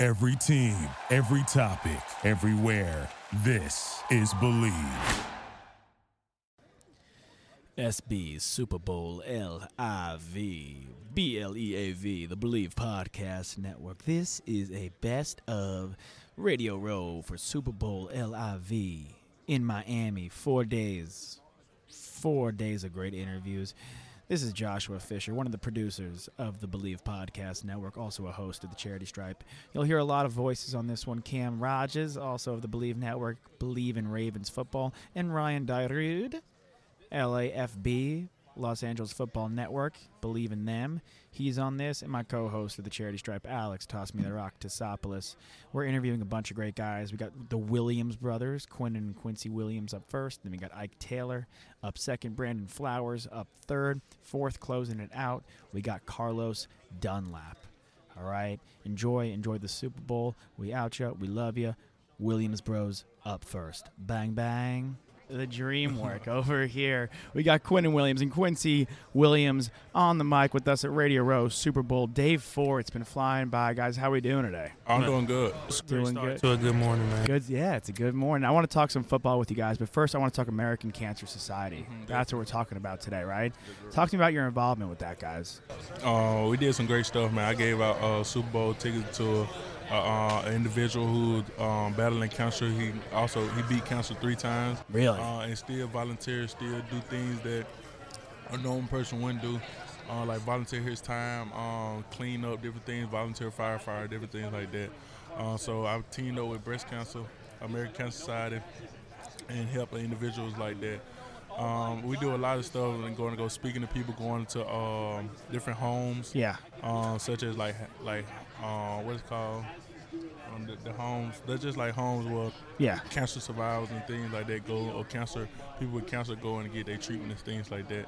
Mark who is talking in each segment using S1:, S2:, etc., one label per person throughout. S1: Every team, every topic, everywhere. This is Believe.
S2: SB Super Bowl L I V B L E A V, the Believe Podcast Network. This is a best of Radio Row for Super Bowl L I V in Miami. Four days, four days of great interviews. This is Joshua Fisher, one of the producers of the Believe Podcast Network, also a host of the Charity Stripe. You'll hear a lot of voices on this one. Cam Rogers, also of the Believe Network, Believe in Ravens Football, and Ryan Dyrud, LAFB, Los Angeles Football Network, Believe in Them. He's on this, and my co host of the Charity Stripe, Alex Toss Me the Rock Tassopoulos. We're interviewing a bunch of great guys. We got the Williams brothers, Quentin and Quincy Williams up first. Then we got Ike Taylor up second, Brandon Flowers up third, fourth, closing it out. We got Carlos Dunlap. All right. Enjoy, enjoy the Super Bowl. We out you. We love you. Williams Bros up first. Bang, bang the dream work over here. We got Quentin Williams and Quincy Williams on the mic with us at Radio Row Super Bowl Day Four. It's been flying by, guys. How we doing today?
S3: I'm doing good.
S2: Doing good.
S4: to a good morning, man.
S2: Good. Yeah, it's a good morning. I want to talk some football with you guys, but first I want to talk American Cancer Society.
S3: Mm-hmm,
S2: That's what we're talking about today, right? Talk to me about your involvement with that, guys.
S3: Uh, we did some great stuff, man. I gave out uh, Super Bowl tickets to uh, uh, an individual who um, battling cancer. He also he beat cancer three times.
S2: Really?
S3: Uh, and still volunteers, still do things that a known person wouldn't do. Uh, like volunteer his time, um, clean up different things, volunteer firefighter, different things like that. Uh, so I've teamed up with Breast Cancer, American Cancer Society, and helping individuals like that. Um, we do a lot of stuff and going to go speaking to people, going to um, different homes,
S2: Yeah.
S3: uh, such as like like uh, what it's called, um, the, the homes. They're just like homes where
S2: Yeah.
S3: cancer survivors and things like that go, or cancer people with cancer go and get their treatment and things like that.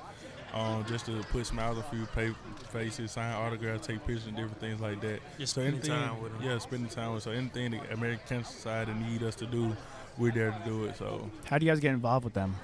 S3: Um, just to put smiles on a few pa- faces, sign autographs, take pictures, and different things like that.
S4: Just spending time with 'em.
S3: Yeah, spending time with. So anything the American Cancer Society need us to do, we're there to do it. So
S2: How do you guys get involved with them?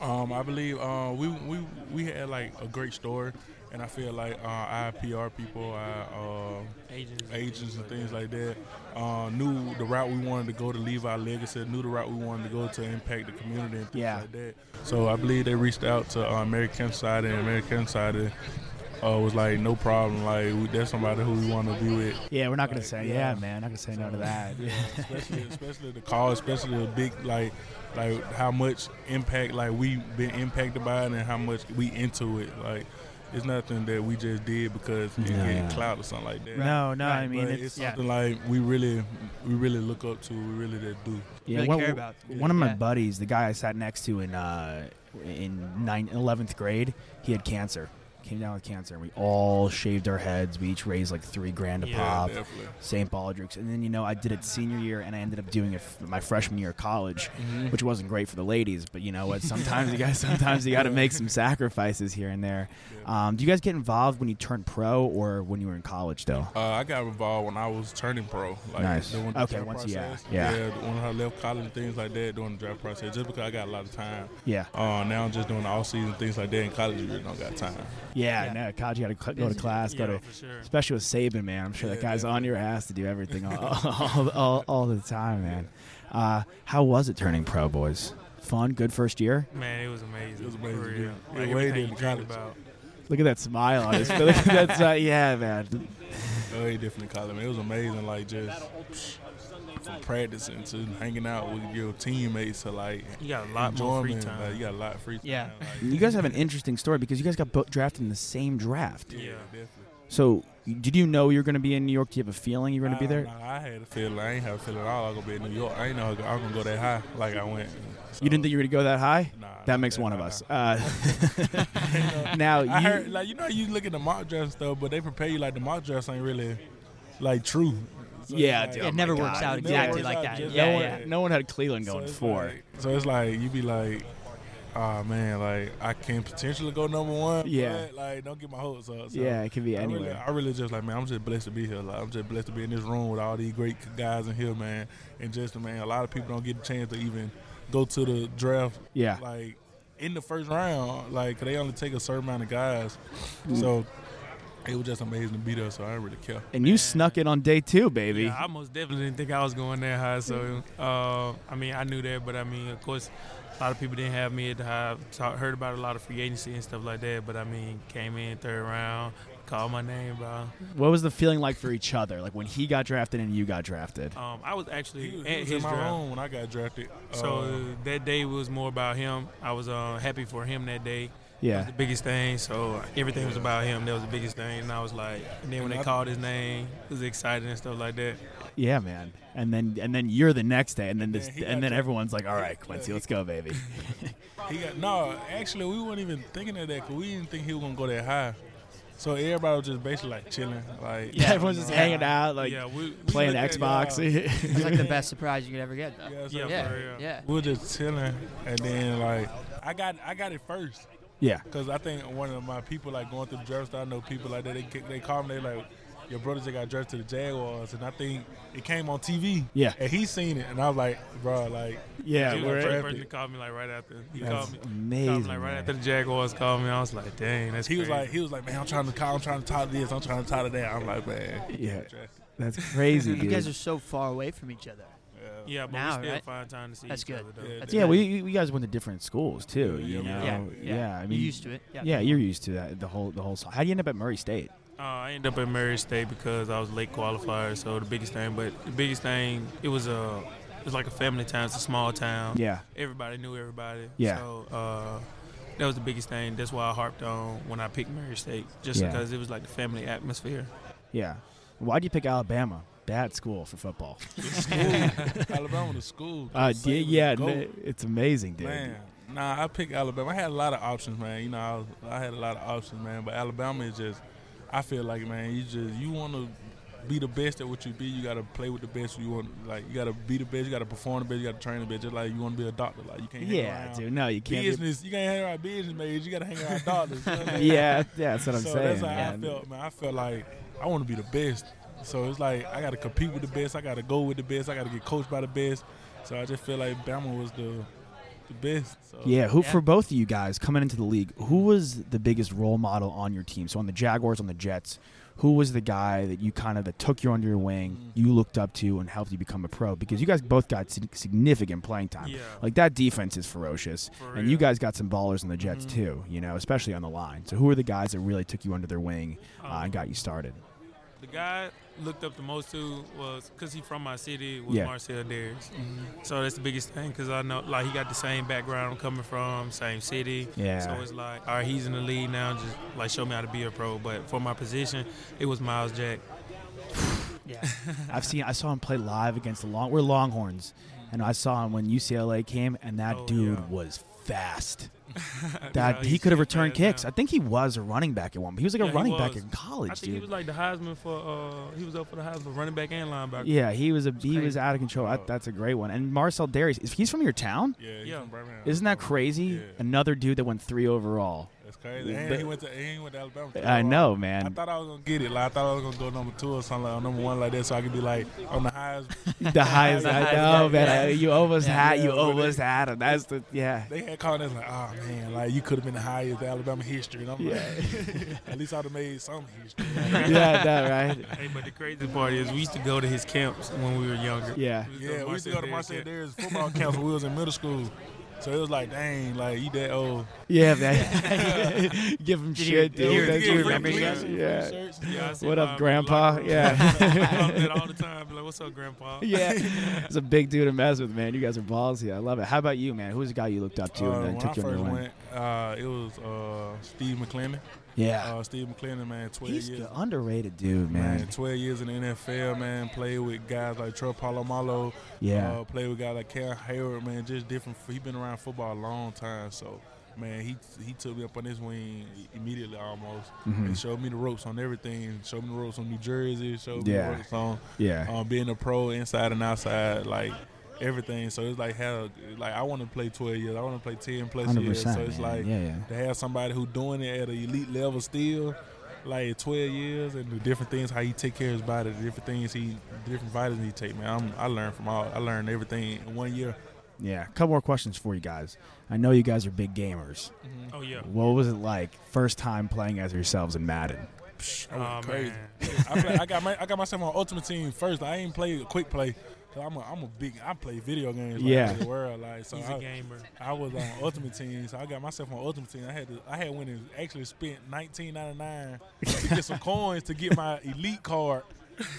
S3: um, I believe uh, we, we we had like a great story, and I feel like uh, our PR people, our uh,
S4: Agents,
S3: agents and things like that. Uh, knew the route we wanted to go to leave our legacy. Knew the route we wanted to go to impact the community and things
S2: Yeah.
S3: like that. So I believe they reached out to uh, American Side and American Side uh, was like, no problem. Like we, that's somebody who we want to be with.
S2: Yeah, we're not gonna say. Yeah,
S3: yeah.
S2: man, not gonna say no to that.
S3: especially, especially the call, especially the big like, like how much impact like we been impacted by it and how much we into it. Like it's nothing that we just did because it
S2: Yeah.
S3: get clout or something like that.
S2: No, no, I mean
S3: but
S2: it's,
S3: it's,
S2: yeah.
S3: something like we really, we really look up to. We really did do.
S2: Yeah,
S4: really
S2: one,
S4: care about.
S2: one of my
S4: Yeah.
S2: buddies, the guy I sat next to in uh, in nine, 11th grade, he had cancer. Came down with cancer, and we all shaved our heads. We each raised like three grand a
S4: Yeah,
S2: pop.
S3: definitely.
S2: St. Baldrick's, and then you know I did it senior year, and I ended up doing it f- my freshman year of college,
S4: Mm-hmm.
S2: which wasn't great for the ladies. But you know what? Sometimes you guys, sometimes you got to make some sacrifices here and there. Um, do you guys get involved when you turned pro or when you were in college, though?
S3: Uh, I got involved when I was turning pro. Like
S2: Nice.
S3: Doing
S2: Okay,
S3: draft
S2: once- yeah,
S3: process.
S2: yeah.
S3: When I left college and things like that, doing the draft process, just because I got a lot of time.
S2: Yeah,
S3: Uh, now I'm just doing the off season things like that in college. You really don't got time.
S2: yeah.
S4: Yeah.
S2: No, college, you got to cl- go to
S4: Busy.
S2: class, go
S4: Yeah,
S2: to
S4: for sure.
S2: especially with Saban, man. I'm sure that
S3: Yeah,
S2: guy's on your ass to do everything all, all, all, all the time, man. Uh, how was it turning pro, boys? Fun, good first year.
S4: Man, it was amazing.
S3: It was amazing,
S4: For real.
S3: dude. Yeah,
S4: Like
S3: way
S4: everything
S3: did
S4: you dreamed
S3: the college.
S4: about.
S2: Look at that smile on his face. That's uh, yeah, man.
S3: Very different in college. man. It was amazing. Like just psh, from practicing to hanging out with your teammates to like
S4: You got a lot more free
S3: enjoyment.
S4: time.
S3: Like, you got a lot of free time.
S4: Yeah.
S3: Like,
S2: You guys have an interesting story because you guys got bo- drafted in the same draft.
S3: yeah,
S4: Yeah.
S3: definitely.
S2: So, did you know you were going to be in New York? Do you have a feeling you were going to be
S3: Nah,
S2: there?
S3: nah, I had a feeling. I ain't have a feeling at all. I was gonna be in New York. I ain't know I was gonna go that high like I went.
S2: You didn't think you were going to go that high?
S3: So, nah,
S2: That makes
S3: nah,
S2: one of
S3: nah,
S2: us.
S3: nah.
S2: Uh, now,
S3: I
S2: you,
S3: heard like you know you look at the mock draft and stuff, but they prepare you like the mock drafts ain't really like true. So it's
S2: yeah,
S3: like-
S2: dude,
S5: It
S2: oh my
S5: never
S2: God.
S5: works out
S3: It never
S5: exactly
S3: works
S5: like
S3: out
S5: that.
S3: just
S5: Yeah,
S3: that
S5: yeah.
S3: way.
S2: No one had Cleveland
S3: So
S2: going
S3: it's
S2: four.
S3: like- so it's like you be like, ah man, like I can potentially go number one.
S2: Yeah.
S3: but, like don't get my hopes up. So
S2: yeah, it could be
S3: I really,
S2: anywhere.
S3: I really just like man, I'm just blessed to be here. Like I'm just blessed to be in this room with all these great guys in here, man. And just man, a lot of people don't get the chance to even go to the draft
S2: Yeah. Mm.
S3: like in the first round, like 'cause they only take a certain amount of guys. So it was just amazing to be there, so I didn't really care.
S2: And you snuck it on day two, baby.
S4: Yeah, I most definitely didn't think I was going that high. So, uh, I mean, I knew that, but I mean, of course, a lot of people didn't have me at the high. Talk, heard about a lot of free agency and stuff like that, but I mean, came in third round, called my name, bro.
S2: what was the feeling like for each other? Like when he got drafted and you got drafted?
S4: Um, I was actually
S3: He was,
S4: at
S3: he was in
S4: his
S3: my
S4: draft.
S3: own when I got drafted.
S4: So
S3: Uh,
S4: that day was more about him. I was uh, happy for him that day. That was
S2: yeah.
S4: the biggest thing. So everything was about him. That was the biggest thing. And I was like, and then when they
S3: And I-
S4: called his name, it was exciting and stuff like that.
S2: Yeah, man. And then and then you're the next day and then this
S3: Yeah, he
S2: and
S3: got
S2: then
S3: dra-
S2: everyone's like, "All right,
S3: he-
S2: Quincy,
S3: he-
S2: let's go, baby."
S3: He got no. Actually, we weren't even thinking of that because we didn't think he was gonna go that high. So everybody was just basically like chilling, like
S2: Yeah, everyone's just
S3: you know,
S2: hanging out like
S4: yeah, we, we
S2: playing
S3: looked at
S2: Xbox.
S6: It's like the best surprise you could ever get, though.
S3: Yeah, so
S4: Yeah,
S6: yeah,
S4: for real.
S6: yeah.
S3: we were just chilling, and then like I got I got it first
S2: yeah.
S3: because I think one of my people like going through the draft. I know people like that. They ca- they call me they like your brother just got drafted to the Jaguars, and I think it came on TV.
S2: Yeah.
S3: and he seen it, and I was like, bro, like
S2: Yeah,
S4: He was
S2: we're
S4: the first
S3: at-
S4: person to call me like right after. He
S2: That's
S4: called me.
S2: amazing.
S4: Called me, like right
S2: man.
S4: after the Jaguars called me, I was like, "Dang, that's."
S3: he was
S4: crazy.
S3: like he was like, man, I'm trying to call, I'm trying to talk to this, I'm trying to talk to that. I'm like, man,
S2: Yeah.
S3: drafted.
S2: That's crazy,
S6: You
S2: dude.
S6: guys are so far away from each other.
S3: Yeah.
S4: "Yeah, but
S6: Now,
S4: we still
S6: right?
S4: find time to see
S6: That's
S4: each
S6: good.
S4: other." Though.
S3: Yeah.
S6: That's
S2: yeah,
S6: good.
S2: we you guys went to different schools too, you know.
S3: Yeah,
S6: Yeah, yeah.
S2: I mean
S6: You're used to it. Yeah.
S2: Yeah, you're used to that. The whole the whole. How do you end up at Murray State?
S4: Uh, I ended up at Murray State because I was late qualifier. So the biggest thing, but the biggest thing, it was a, it was like a family town. It's a small town.
S2: Yeah,
S4: Everybody knew everybody.
S2: Yeah.
S4: So uh, that was the biggest thing. That's why I harped on when I picked Murray State, just
S2: Yeah.
S4: because it was like the family atmosphere.
S2: yeah. Why'd you pick Alabama? Bad school for football.
S3: Alabama to school.
S2: Uh,
S3: Saban
S2: yeah,
S3: the
S2: yeah
S3: GOAT.
S2: n- it's amazing, dude.
S3: man. Nah, I picked Alabama. I had a lot of options, man. You know, I, was, I had a lot of options, man. But Alabama is just, I feel like, man, you just you want to be the best at what you be. You got to play with the best. You want like you got to be the best. You got to perform the best. You got to train the best. Just like you want to be a doctor, like you can't. Hang
S2: Yeah,
S3: around
S2: dude. No, you can't. be-
S3: Business, you can't hang around business majors. You got to hang around doctors. you know what I mean?
S2: yeah, yeah, that's what I'm
S3: so
S2: saying.
S3: that's how
S2: man.
S3: I felt, man. I felt like I want to be the best. So it's like I got to compete with the best. I got to go with the best. I got to get coached by the best. So I just feel like Bama was the the best.
S4: Oh,
S3: So
S2: Yeah, who
S6: Yeah.
S2: for both of you guys coming into the league, who was the biggest role model on your team? So on the Jaguars, on the Jets, who was the guy that you kind of that took you under your wing,
S4: Mm.
S2: you looked up to, and helped you become a pro? Because you guys both got sig- significant playing time.
S4: Yeah.
S2: Like that defense is ferocious,
S4: For
S2: and you
S4: real. Mm-hmm.
S2: guys got some ballers on the Jets too. You know, especially on the line. So who are the guys that really took you under their wing uh, and
S4: Um,
S2: got you started?
S4: The guy I looked up the most to was because he from my city was
S2: Yeah.
S4: Marcel Darius. So that's the biggest thing because I know like he got the same background I'm coming from, same city.
S2: Yeah.
S4: So it's like all right, he's in the league now. Just like show me how to be a pro. But for my position, it was Miles Jack.
S6: Yeah.
S2: I've seen. I saw him play live against the long. We're Longhorns, and I saw him when UCLA came, and that
S4: Oh,
S2: dude
S4: yeah.
S2: was fast.
S4: Yeah,
S2: That he
S4: he's
S2: could have
S4: still
S2: returned
S4: fast now.
S2: kicks. I think he was a running back at one. But he was like
S4: Yeah,
S2: a
S4: he
S2: running back
S4: was.
S2: in
S4: I
S2: college,
S4: think he
S2: dude.
S4: was like the Heisman for uh he was up for the Heisman for running back and linebacker.
S2: yeah, he was a he was
S6: crazy.
S2: out of control. I, that's a great one. And Marcel Darius, if he's from your town,
S3: Oh. yeah, he's
S4: Yeah.
S3: from Birmingham.
S2: isn't that crazy?
S3: Yeah.
S2: Another dude that went three overall.
S3: That's crazy. And he went to and he went to Alabama.
S2: I know,
S3: I
S2: man.
S3: thought I was gonna get it. Like I thought I was gonna go number two or something, like, or number one like that, so I could be like on the highest.
S2: The highest,
S6: The
S2: I
S6: highest guy,
S2: know, man.
S6: yeah.
S2: I- you almost
S6: Yeah,
S2: had, you
S3: yeah, but
S2: almost had him. That's the yeah.
S3: They had called us like, oh man, like you could have been the highest in Alabama history. And I'm like, at least I'd have made some history.
S2: yeah, that right.
S4: Hey, but the crazy part is we used to go to his camps when we were younger.
S2: Yeah.
S4: used
S3: Yeah, we used to go to Marcel
S4: camp.
S3: Darius football camps when we was in middle school. So it was like, dang, like you that old.
S2: Yeah, man. Give him
S6: Did you-
S2: shit,
S6: did
S2: dude.
S6: you
S2: That's
S6: get
S2: weird.
S6: remember
S2: Yeah.
S6: shit?
S2: Yeah.
S4: Yeah, I see
S2: What up,
S4: my- my
S2: Grandpa?
S4: locker room.
S2: Yeah.
S4: I love that all the time. Be like, what's up, Grandpa?
S2: Yeah. It's a big dude to mess with, man. You guys are ballsy. I love it. How about you, man? Who's the guy you looked up to
S3: Uh,
S2: and then
S3: when I
S2: took you on your
S3: first
S2: wing?
S3: went, uh, it was uh, Steve McClendon.
S2: Yeah.
S3: Uh, Steve McClendon, man, 12
S2: He's
S3: years.
S2: an underrated dude, man.
S3: Man, 12 years in the NFL, man. Played with guys like Troy Palomalo.
S2: Yeah.
S3: Uh, played with guys like Cam Hayward, man. Just different. He been around football a long time, so man, he he took me up on his wing immediately almost.
S2: Mhm.
S3: And showed me the ropes on everything. Showed me the ropes on New Jersey. Showed
S2: Yeah.
S3: me the ropes on
S2: Yeah.
S3: um, being a pro inside and outside, like everything. So it's like how like I want to play 12 years. I want to play 10 plus
S2: Hundred
S3: years. So
S2: percent.
S3: it's like
S2: yeah, yeah.
S3: to have somebody who doing it at an elite level still, like at 12 years, and the different things how he take care of his body, the different things he, the different vitamins he take. Man, I'm, I learned from all. I learned everything in one year.
S2: Yeah. A couple more questions for you guys. I know you guys are big gamers.
S4: Oh yeah.
S2: What was it like first time playing as yourselves in Madden?
S3: psh, I
S4: Oh,
S3: went
S4: man.
S3: crazy. I, play, I got my, I got myself on Ultimate Team first. I ain't played a quick play. i I'm a, I'm a big. I play video games. Like,
S2: Yeah.
S3: the world like so.
S4: He's a
S3: I,
S4: gamer.
S3: I was on Ultimate Team, so I got myself on Ultimate Team. I had to, I had went and actually spent 19.99 to get some coins to get my elite card.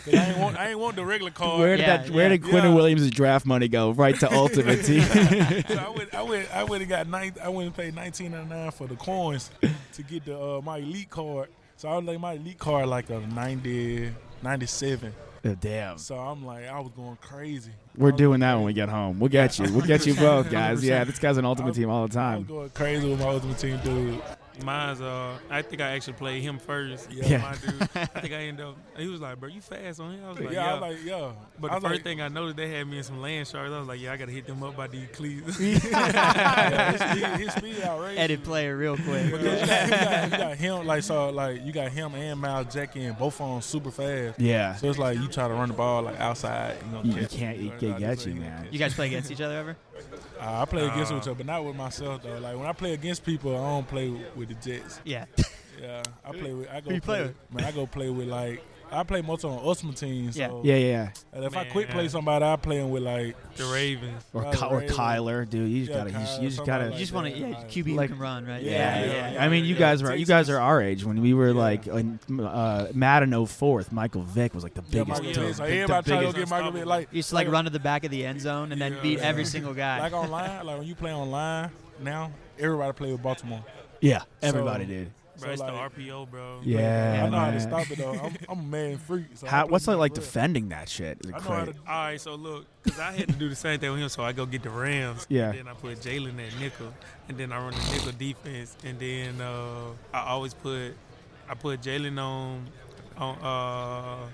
S3: 'Cause I ain't want I ain't want the regular card.
S2: Where did
S6: Yeah,
S2: that? Where
S6: yeah.
S2: did Quinton
S3: Oh, Yeah.
S2: Williams' draft money go? Right to Ultimate Team.
S3: So I went, I went, I went and got nine. I went and paid nineteen ninety nine for the coins to get the uh, my elite card. So I was like my elite card like a 90, 97.
S2: Oh, damn,
S3: So I'm like I was going crazy.
S2: we're
S3: I was
S2: doing that when we get home. We'll get you. We'll get you both, guys. Yeah, this guy's an Ultimate
S3: I'll-
S2: Team all the
S3: I
S2: time.
S3: was going crazy with my ultimate team dude.
S4: Mine's uh, I think I actually played him first.
S3: Yeah.
S4: Yeah, my dude. I think I ended up. He was like, "Bro, you fast on him." I was like,
S3: yeah,
S4: "Yeah."
S3: I was like, yeah.
S4: but the
S3: I was
S4: first
S3: like,
S4: thing I noticed, they had me in some land sharks. I was like, "Yeah, I gotta hit them up by these cleats."
S3: yeah, his speed, his speed outrageous.
S6: Edit player real quick.
S3: Because you got, you, got, you got him like so like you got him and Miles Jack in both on super fast.
S2: Yeah,
S3: So it's like you try to run the ball like outside. You, know,
S2: You- you
S3: catch it.
S2: can't- you
S3: Like,
S2: can't
S3: like,
S2: get
S3: this
S2: you,
S3: ain't gonna
S2: man.
S3: catch
S6: You guys play against each other ever?
S3: Uh, I play against
S4: Uh,
S3: each other, but not with myself though. Like when I play against people, I don't play with, with the Jets.
S6: Yeah.
S3: Yeah, I play with. I go
S6: Who you play
S3: Man, I go play with like. I play most on Ultimate Team. So
S6: Yeah.
S2: yeah, yeah.
S3: and if I quit
S4: Man.
S3: play somebody, I play him with like.
S4: the Ravens.
S2: Or,
S3: Right,
S2: Ky- or
S3: right.
S2: Kyler, dude. You just
S3: Yeah,
S2: gotta. you just- you
S3: Kyler,
S2: just
S3: somebody
S2: gotta.
S6: You
S3: like
S6: just want to,
S3: that,
S6: yeah,
S3: like-
S6: QB
S2: Like-
S6: who can run, right?
S2: Yeah,
S3: Yeah,
S2: yeah,
S3: yeah,
S2: I mean, you
S3: yeah.
S2: guys were you guys are our age when we were
S3: Yeah.
S2: like in, uh, Madden 04. Michael Vick was like the
S3: Yeah,
S2: biggest.
S3: Michael
S4: yeah.
S3: Vick. So
S2: the- the
S3: everybody try to go
S2: biggest-
S3: get Michael Vick. Like
S6: You used to like run to the back of the end zone and then
S4: Yeah.
S6: beat every single guy.
S3: like online, like when you play online now, everybody play with Baltimore.
S2: yeah, everybody
S3: So-
S2: did.
S4: Bro,
S3: So,
S4: it's
S3: like-
S4: the RPO, bro.
S2: Yeah,
S3: I know how to
S2: man.
S3: stop it though. I'm, I'm a man freak. So I
S2: How,
S3: play
S2: what's it
S3: man
S2: like
S3: for real.
S2: defending that shit? Is it
S3: I know how
S2: crazy?
S3: to.
S4: All right, so look, because I had to do the same thing with him, so I go get the Rams.
S2: Yeah.
S4: And then I put Jalen at nickel, and then I run the nickel defense, and then uh, I always put I put Jalen on on. Uh,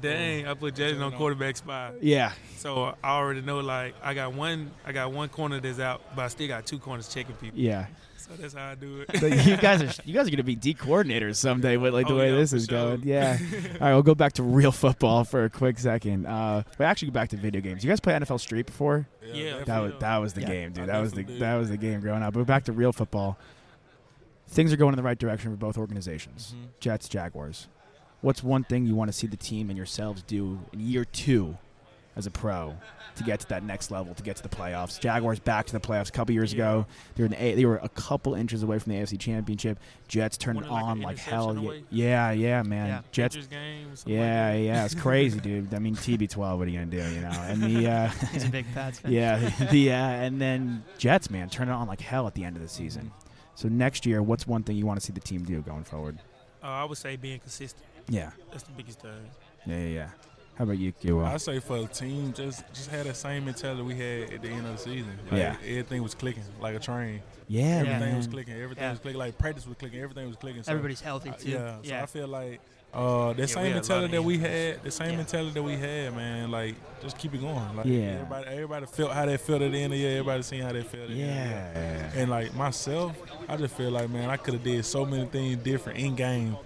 S4: Dang, I put Jalen on quarterback spot.
S2: Yeah,
S4: So I already know like I got one I got one corner that's out, but I still got two corners checking people.
S2: yeah.
S4: So that's how I do it.
S2: But you guys are you guys are gonna be D coordinators someday with like the
S4: Oh,
S2: way
S4: yeah,
S2: this
S4: for
S2: is
S4: sure.
S2: going. Yeah. All right, we'll go back to real football for a quick second. Uh, but actually, go back to video games. You guys play NFL Street before?
S4: Yeah,
S3: definitely.
S2: That was that was the
S6: Yeah.
S2: game, dude.
S3: I
S2: That was the
S3: definitely did.
S2: that was the game growing up. But back to real football. Things are going in the right direction for both organizations.
S4: Mm-hmm.
S3: Mhm.
S2: Jets, Jaguars. What's one thing you want to see the team and yourselves do in year two as a pro to get to that next level, to get to the playoffs? Jaguars back to the playoffs a couple years ago. They were, an a- they were a couple inches away from the AFC Championship. Jets turned it
S4: Wasn't it like
S2: on
S4: an
S2: like, hell.
S4: interception
S2: Yeah,
S4: away?
S2: yeah, yeah, man.
S6: Yeah.
S2: Jets
S4: Pictures game. something like
S2: yeah,
S4: that.
S2: yeah, it's crazy, dude. I mean, TB12, what are you gonna do, you know? And the uh,
S6: He's a big Pats fan.
S2: yeah, the uh, and then Jets, man, turn it on like hell at the end of the season.
S6: Mm-hmm.
S2: So next year, what's one thing you want to see the team do going forward?
S4: Uh, I would say being consistent.
S2: Yeah,
S4: That's the biggest thing.
S2: yeah, yeah. yeah. How about you, Kiwa?
S3: I say for a team, just just had that same mentality we had at the end of the season. Like,
S2: Yeah.
S3: everything was clicking like a train.
S2: Yeah,
S3: Everything
S2: man.
S3: was clicking. Everything
S6: Yeah.
S3: was clicking. Like practice was clicking. Everything was clicking. So,
S6: Everybody's healthy
S3: I-
S6: too.
S3: yeah, So
S6: yeah.
S3: I feel like uh, the
S4: Yeah, we
S3: same
S4: had a lot
S3: mentality
S4: of
S3: that we
S4: injuries.
S3: had, the same
S6: Yeah.
S3: mentality that we had, man. Like just keep it going. Like
S2: Yeah.
S3: everybody, everybody felt how they felt at the end of the year. Everybody seen how they felt. At the end of the year.
S2: Yeah,
S3: And like myself, I just feel like man, I could have did so many things different in game.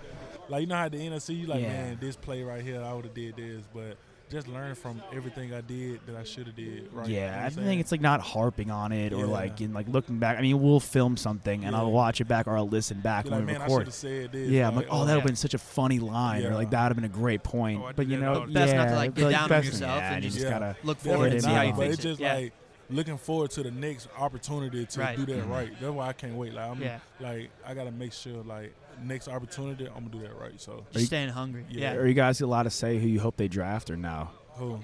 S3: Like you know how at the NFC, you like
S2: Yeah.
S3: man, this play right here, I would have did this, but just learn from everything I did that I should have did. Right? You know what
S2: yeah.
S3: I'm
S2: I
S3: saying?
S2: think it's like not harping on it or
S3: Yeah.
S2: like in like looking back. I mean, we'll film something and
S3: Yeah.
S2: I'll watch it back or I'll listen back
S3: Be
S2: when
S3: like,
S2: we
S3: man, I should
S2: record.
S3: have said this.
S2: Yeah, I'm like, oh, that would
S6: yeah.
S2: have been such a funny line, or
S3: Yeah.
S2: like that would have been a great point.
S4: Oh, I do
S2: but you
S4: that
S2: know,
S4: all the
S6: Best
S2: yeah,
S6: not to, like, get
S2: but,
S6: down on
S2: best-
S6: yourself
S2: yeah,
S6: and
S2: you
S6: just
S2: just
S3: Yeah.
S2: gotta
S6: Look
S3: That's
S6: forward
S2: it
S6: and see
S2: in
S6: how
S2: mind.
S6: you
S3: but
S6: fix
S3: it's
S6: it.
S3: just
S6: yeah.
S3: like looking forward to the next opportunity to
S6: Right.
S3: do that
S2: Mhm.
S3: right. That's why I can't wait. Like I'm,
S6: yeah.
S3: like I gotta make sure like next opportunity, I'm gonna do that right. So
S6: Just staying hungry.
S3: Yeah.
S6: Yeah.
S2: Are you guys allowed to say who you hope they draft or no?
S3: who?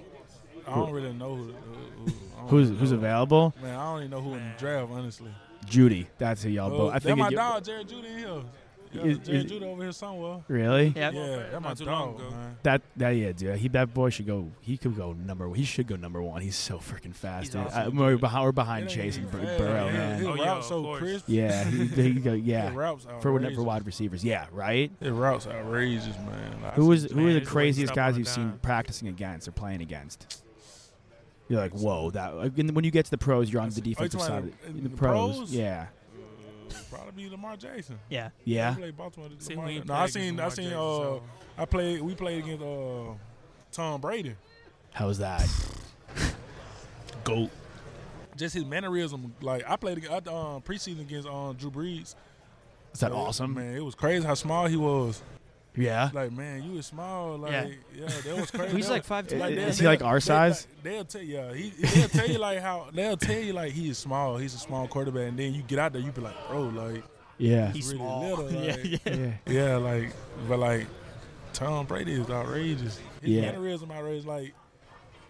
S3: I
S2: Who-
S3: don't really know who. who, who I don't
S2: Who's
S3: really
S2: who's
S3: know.
S2: available?
S3: Man, I don't even know who in the
S4: Man.
S3: draft, honestly.
S2: Judy. That's who y'all
S3: Oh,
S2: both. I
S3: that
S2: think.
S3: my
S2: it-
S3: dog, Jared Judy in here. Yeah,
S2: Is-
S3: Jared
S2: is-
S3: Judy over here somewhere.
S2: Really?
S6: Yeah.
S3: Yeah, that my
S4: Not too long
S3: dog,
S4: ago.
S3: man.
S2: That that yeah, dude. He that boy should go. He could go number. He should go number one. He's so freaking fast,
S6: He's
S2: dude.
S6: awesome,
S2: I, we're behind, we're behind
S3: It ain't
S2: Chase and
S3: even
S2: Bur-
S3: fair.
S2: Burrow,
S3: Yeah,
S2: man.
S3: His
S4: Oh, yeah,
S3: routes
S4: of
S3: so
S4: course.
S3: crisp.
S2: Yeah, he, he go, yeah.
S3: His routes
S2: For when-
S3: outrageous.
S2: for wide receivers, yeah, right.
S3: His routes outrageous, man. Like, I
S2: Who
S3: see-
S2: was who
S4: man,
S2: are the
S4: it's like
S2: craziest
S4: stop
S2: guys
S4: on a
S2: you've seen
S4: dime.
S2: practicing against or playing against? You're like, whoa, that. like, and when you get to the pros, you're on
S3: That's-
S2: the
S3: are oh, you
S2: defensive
S3: talking
S2: side.
S3: about
S2: of
S3: in-
S2: it.
S3: in
S2: the
S3: the
S2: pros,
S3: pros?
S2: yeah,
S3: Uh, probably Lamar Jackson.
S6: Yeah.
S2: yeah.
S3: He played Baltimore. Did
S4: See,
S3: Lamar-
S4: we ain't
S3: no,
S4: played
S3: I
S4: against
S3: seen. I
S4: Lamar
S3: seen.
S4: Jackson,
S3: Uh,
S4: so-
S3: I played. We played against uh, Tom Brady.
S2: How's that?
S3: Goat. Just his mannerism. Like I played. ag- I, um, preseason against um, Drew Brees.
S2: Is that awesome?
S3: Man, it was crazy how small he was.
S2: Yeah.
S3: Like, man, you was small. Like,
S6: Yeah.
S3: yeah, that was crazy.
S6: He's
S3: That
S6: like
S3: was-
S6: five
S2: Is-
S6: ten.
S3: they'll-
S2: is he like our
S3: they'll-
S2: size?
S3: They'll tell you. Yeah, he, they'll tell you like how they'll tell you like he is small. He's a small quarterback, and then you get out there, you be like, bro, like
S2: Yeah.
S6: He's
S3: really
S6: small.
S3: little,
S6: yeah,
S3: like-
S6: yeah.
S2: Yeah.
S3: yeah, like but like Tom Brady is outrageous. His
S2: Yeah.
S3: mannerism outrageous. Like,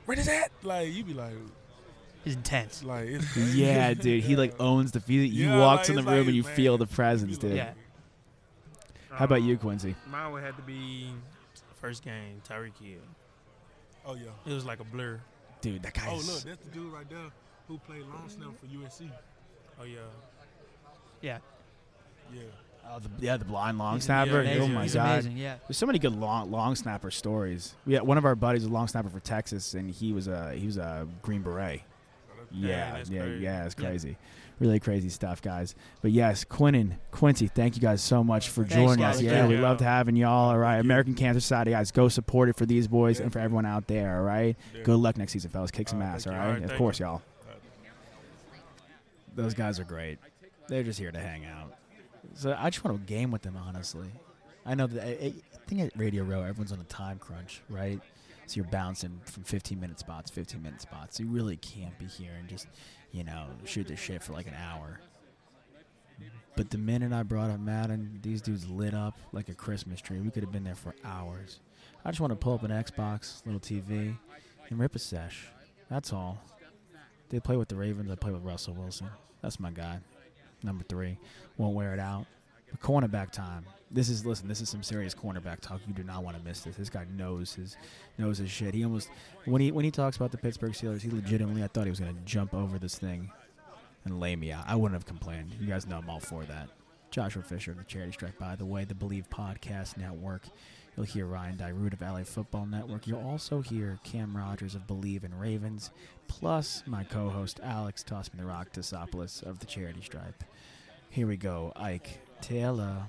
S3: where is that? Like you be like,
S6: He's intense.
S3: like it's
S2: Yeah, dude. He like
S3: Yeah.
S2: owns the feeling. You
S3: Yeah,
S2: walks
S3: like,
S2: in the
S3: it's
S2: room
S3: like,
S2: and you
S3: man,
S2: feel the
S3: You
S2: presence,
S3: be
S2: dude.
S3: like- oh,
S6: Yeah.
S2: How about you,
S4: Um,
S2: Quincy?
S4: Mine would have to be first game, Tyreek Hill.
S3: Oh yeah.
S4: It was like a blur.
S2: Dude, that guy
S3: Oh look,
S2: is.
S3: that's the dude right there who played long snap for USC.
S4: Oh yeah.
S3: Yeah.
S2: Oh, the, yeah, the blind long
S6: He's
S2: snapper.
S6: amazing.
S2: Oh my
S6: He's
S2: god.
S6: amazing. Yeah.
S2: There's so many good long long snapper stories. We had one of our buddies was a long snapper for Texas, and he was a he was a Green Beret. Yeah,
S4: that's
S2: yeah,
S4: crazy.
S2: yeah, it's
S6: Yeah.
S2: crazy, really crazy stuff, guys. But yes, Quinn and Quincy, thank you guys so much for
S6: Thanks,
S2: joining
S6: guys.
S2: us. Yeah,
S6: Thank
S2: we
S4: you.
S2: loved having y'all. All right, American Cancer Society, guys, go support it for these boys
S3: Yeah.
S2: and for everyone out there. All right,
S3: Yeah.
S2: good luck next season, fellas. Kick some
S3: All right,
S2: ass. All
S3: thank you.
S2: right,
S4: All right,
S2: of
S4: thank
S2: course,
S4: you.
S2: y'all. Those guys are great. They're just here to hang out. So I just want to game with them, honestly. I know that I, I think at Radio Row, everyone's on a time crunch, right? So you're bouncing from 15 minute spots, 15 minute spots. So you really can't be here and just, you know, shoot the shit for like an hour. But the minute I brought up Madden, these dudes lit up like a Christmas tree. We could have been there for hours. I just want to pull up an Xbox, little TV, and rip a sesh. That's all. They play with the Ravens. I play with Russell Wilson. That's my guy. Number three. Won't wear it out. But cornerback time. This is listen. This is some serious cornerback talk. You do not want to miss this. This guy knows his knows his shit. He almost when he when he talks about the Pittsburgh Steelers, he legitimately I thought he was gonna jump over this thing and lay me out. I wouldn't have complained. You guys know I'm all for that. Joshua Fisher of the Charity Strike, by the way, the Believe Podcast Network. You'll hear Ryan Dyrud of LA Football Network. You'll also hear Cam Rogers of Believe in Ravens plus my co-host Alex Toss Me the Rock Tosopoulos of the Charity Stripe. Here we go, Ike Taylor.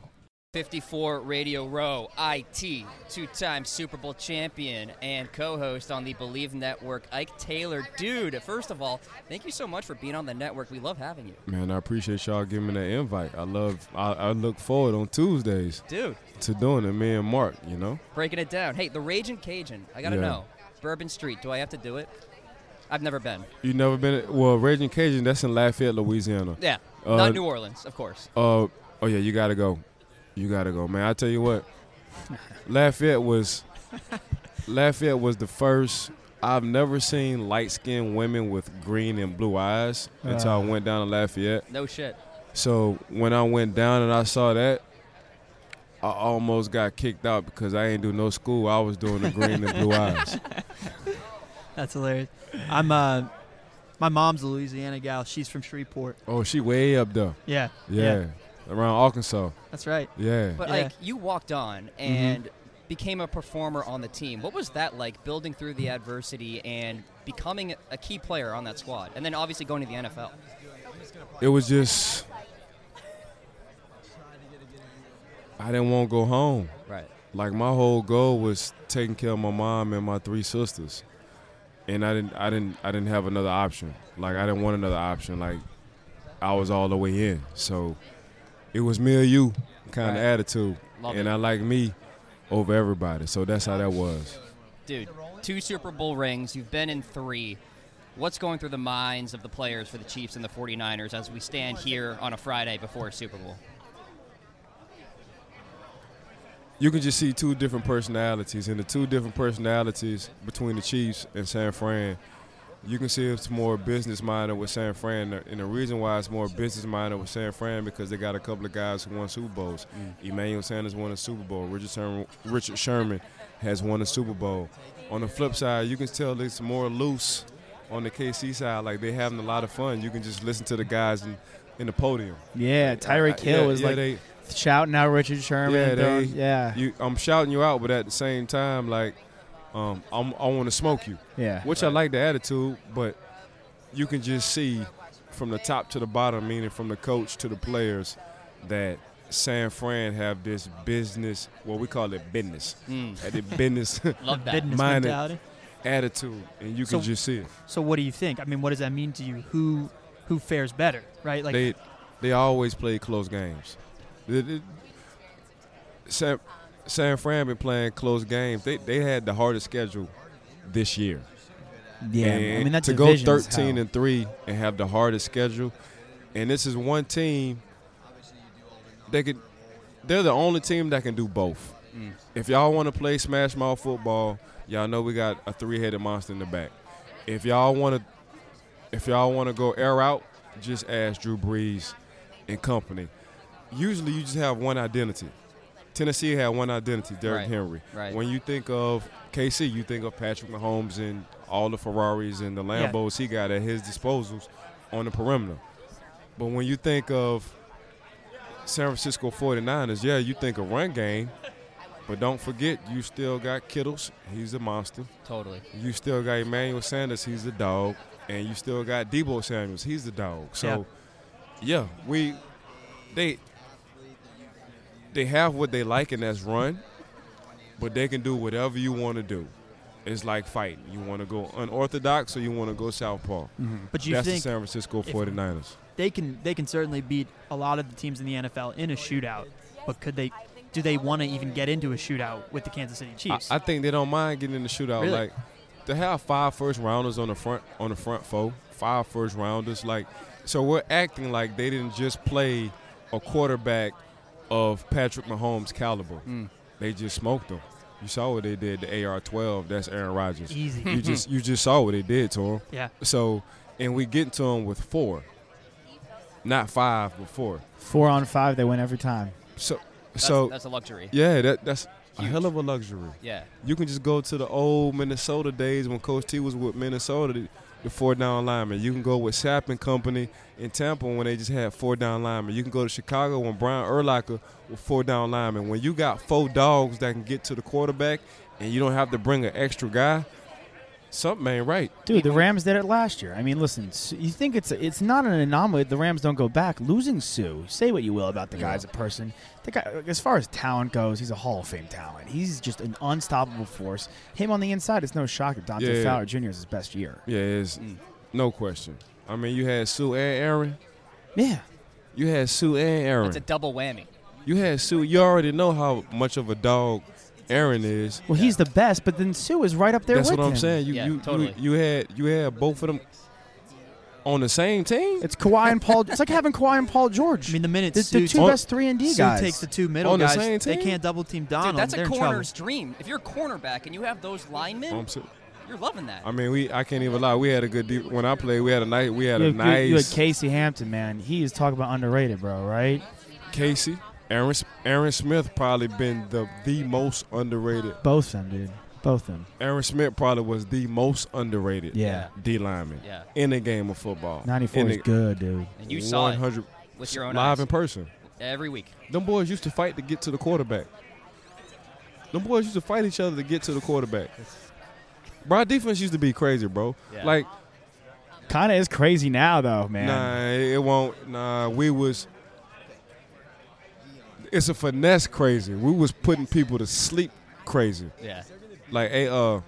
S7: 54 Radio Row, IT, two time Super Bowl champion and co host on the Believe Network, Ike Taylor. Dude, first of all, thank you so much for being on the network. We love having you.
S8: Man, I appreciate y'all giving me that invite. I love. I, I look forward on Tuesdays
S7: Dude,
S8: to doing it, me and Mark. You know.
S7: breaking it down. Hey, the Raging Cajun, I gotta
S8: Yeah.
S7: know. Bourbon Street, do I have to do it? I've never been.
S8: You never been well, Raging Cajun. That's in Lafayette, Louisiana.
S7: Yeah.
S8: Uh,
S7: Not New Orleans, of course.
S8: Uh, oh yeah, you gotta go. You gotta go, man. I tell you what, Lafayette was Lafayette was the first. I've never seen light skinned women with green and blue eyes until I
S2: Ah.
S8: went down to Lafayette.
S7: No shit.
S8: So when I went down and I saw that, I almost got kicked out because I ain't do no school. I was doing the green and blue eyes.
S6: That's hilarious. I'm uh, my mom's a Louisiana gal. She's from Shreveport.
S8: Oh, she way up there.
S6: Yeah.
S8: Yeah, around Arkansas.
S6: That's right.
S8: Yeah. Mm-hmm.
S7: But,
S6: Yeah.
S7: like, you walked on and became a performer on the team. What was that like, building through the adversity and becoming a key player on that squad? And then obviously going to the NFL.
S8: it was just I didn't want to go home.
S7: Right.
S8: Like my whole goal was taking care of my mom and my three sisters, and I didn't I didn't I didn't have another option. Like I didn't want another option. Like I was all the way in. So it was me or you kind
S7: Right.
S8: of attitude,
S7: Love
S8: and
S7: it.
S8: I like me over everybody. So that's how that was.
S7: Dude, two Super Bowl rings. You've been in three. What's going through the minds of the players for the Chiefs and the 49ers as we stand here on a Friday before a Super Bowl?
S8: you can just see two different personalities, and the two different personalities between the Chiefs and San Fran, you can see it's more business minded with San Fran, and the reason why it's more business minded with San Fran because they got a couple of guys who won Super Bowls.
S2: Mm.
S8: Emmanuel Sanders won a Super Bowl. Richard Sherman, Richard Sherman has won a Super Bowl. On the flip side, you can tell it's more loose on the KC side. Like they having a lot of fun. You can just listen to the guys in, in the podium.
S2: Yeah, Tyreek
S8: I-
S2: Hill
S8: Uh, yeah,
S2: was
S8: yeah,
S2: like
S8: they-
S2: shouting out Richard Sherman.
S8: Yeah,
S2: and throwing-
S8: they-
S2: yeah,
S8: you I'm shouting you out, but at the same time, like, um, I'm, I want to smoke you,
S2: yeah.
S8: which I like the attitude, but you can just see from the top to the bottom, meaning from the coach to the players, that San Fran have this business, well, we call it business,
S7: Mm,
S8: uh, the business
S7: love that.
S6: Business
S8: Mine-
S6: mentality.
S8: attitude, and you can
S6: So-
S8: just see it.
S6: So what do you think? I mean, what does that mean to you? Who who fares better, right? Like
S8: they they always play close games. The- the- San, San Fran been playing close games. They they had the hardest schedule this year.
S9: Yeah, I
S8: And
S9: mean that
S8: to go
S9: division is
S8: 13
S9: how-
S8: and three and have the hardest schedule, and this is one team. They could, they're the only team that can do both.
S7: Mm.
S8: If y'all want to play smash mouth football, y'all know we got a three-headed monster in the back. If y'all want to, if y'all want to go air out, just ask Drew Brees and company. Usually, you just have one identity. Tennessee had one identity, Derrick
S7: Right.
S8: Henry.
S7: Right.
S8: When you think of KC, you think of Patrick Mahomes and all the Ferraris and the
S6: Yeah.
S8: Lambos he got at his disposals on the perimeter. But when you think of San Francisco 49ers, yeah, you think of run game, but don't forget you still got Kittles, he's a monster.
S7: Totally.
S8: You still got Emmanuel Sanders, he's the dog, and you still got Debo Samuels, he's the dog. So yeah, we they they have what they like and that's run, but they can do whatever you want to do. It's like fighting. You want to go unorthodox or you want to go southpaw.
S6: Mm-hmm. But you
S8: That's the
S6: think
S8: San Francisco 49ers.
S6: they can they can certainly beat a lot of the teams in the NFL in a shootout, but could they? Do they want to even get into a shootout with the Kansas City
S8: I,
S6: Chiefs?
S8: I think they don't mind getting in the shootout.
S6: Really?
S8: Like to have five first rounders on the front on the front foe, five first rounders. Like so, we're acting like they didn't just play a quarterback of Patrick Mahomes caliber.
S6: Mm.
S8: They just smoked them. You saw what they did to AR-12. That's Aaron Rodgers.
S6: Easy.
S8: You just you just saw what they did to him.
S6: yeah.
S8: So and we get to him with four, not five, but four.
S2: Four on five, they win every time.
S8: So
S7: That's,
S8: so
S7: that's a luxury.
S8: yeah, that that's a
S7: Huge.
S8: hell of a luxury.
S7: Yeah.
S8: You can just go to the old Minnesota days when Coach T was with Minnesota, the, the four down linemen. You can go with Sapp and Company in Tampa when they just had four down linemen. You can go to Chicago when Brian Urlacher with four down linemen. When you got four dogs that can get to the quarterback and you don't have to bring an extra guy, something ain't right.
S2: Dude, the Rams did it last year. I mean, listen, s- you think it's it's not an anomaly. that The Rams don't go back. Losing Sue, say what you will about the guy as a person. The guy, as far as talent goes, he's a Hall of Fame talent. He's just an unstoppable force. Him on the inside, it's no shock that Dante
S8: Yeah.
S2: Fowler Jr. is his best year.
S8: Yeah, it's
S7: Mm.
S8: no question. I mean, you had Sue and Aaron.
S2: Yeah,
S8: You had Sue and Aaron.
S7: It's a double whammy.
S8: you had Sue. You already know how much of a dog Aaron is.
S2: well, he's the best, but then Sue is right up there
S8: That's
S2: with
S8: what I'm
S2: him.
S8: saying. You,
S7: Yeah,
S8: you,
S7: totally.
S8: you you had you had both of them on the same team
S2: It's Kawhi and Paul. It's like having Kawhi and Paul George.
S6: I mean, the minute
S2: the, the
S6: Sue,
S2: two
S8: on-
S2: best three and D
S6: Sue
S2: guys.
S6: takes the two middle
S8: On the
S6: guys,
S8: same
S6: they
S8: team?
S6: can't double team Donald.
S7: Dude, that's
S6: They're
S7: a
S6: in trouble. Oh,
S7: corner's dream. If you're a cornerback and you have those linemen,
S8: I'm so-
S7: you're loving that.
S8: I mean, we I can't even lie. We had a good deep, when I played. We had a night. We had
S2: You
S8: a
S2: had, you had
S8: nice
S2: Casey Hampton, man. He is talking about underrated, bro. Right?
S8: Casey. Aaron S- Aaron Smith probably been the the most underrated.
S2: Both of them, dude. Both of them.
S8: Aaron Smith probably was the most underrated.
S2: Yeah.
S8: D lineman
S7: yeah.
S8: in the game of football.
S2: 94
S8: In
S2: is
S8: the-
S2: good, dude.
S7: And you saw it
S8: 100
S7: with your own
S8: live
S7: eyes
S8: in person.
S7: every week.
S8: Them boys used to fight to get to the quarterback. Them boys used to fight each other to get to the quarterback. Bro, our defense used to be crazy, bro.
S7: Yeah.
S8: Like
S2: Kind of is crazy now, though, man.
S8: Nah, it it won't. Nah, we was. It's a finesse crazy. We was putting people to sleep crazy.
S7: Yeah.
S8: Like, hey, uh,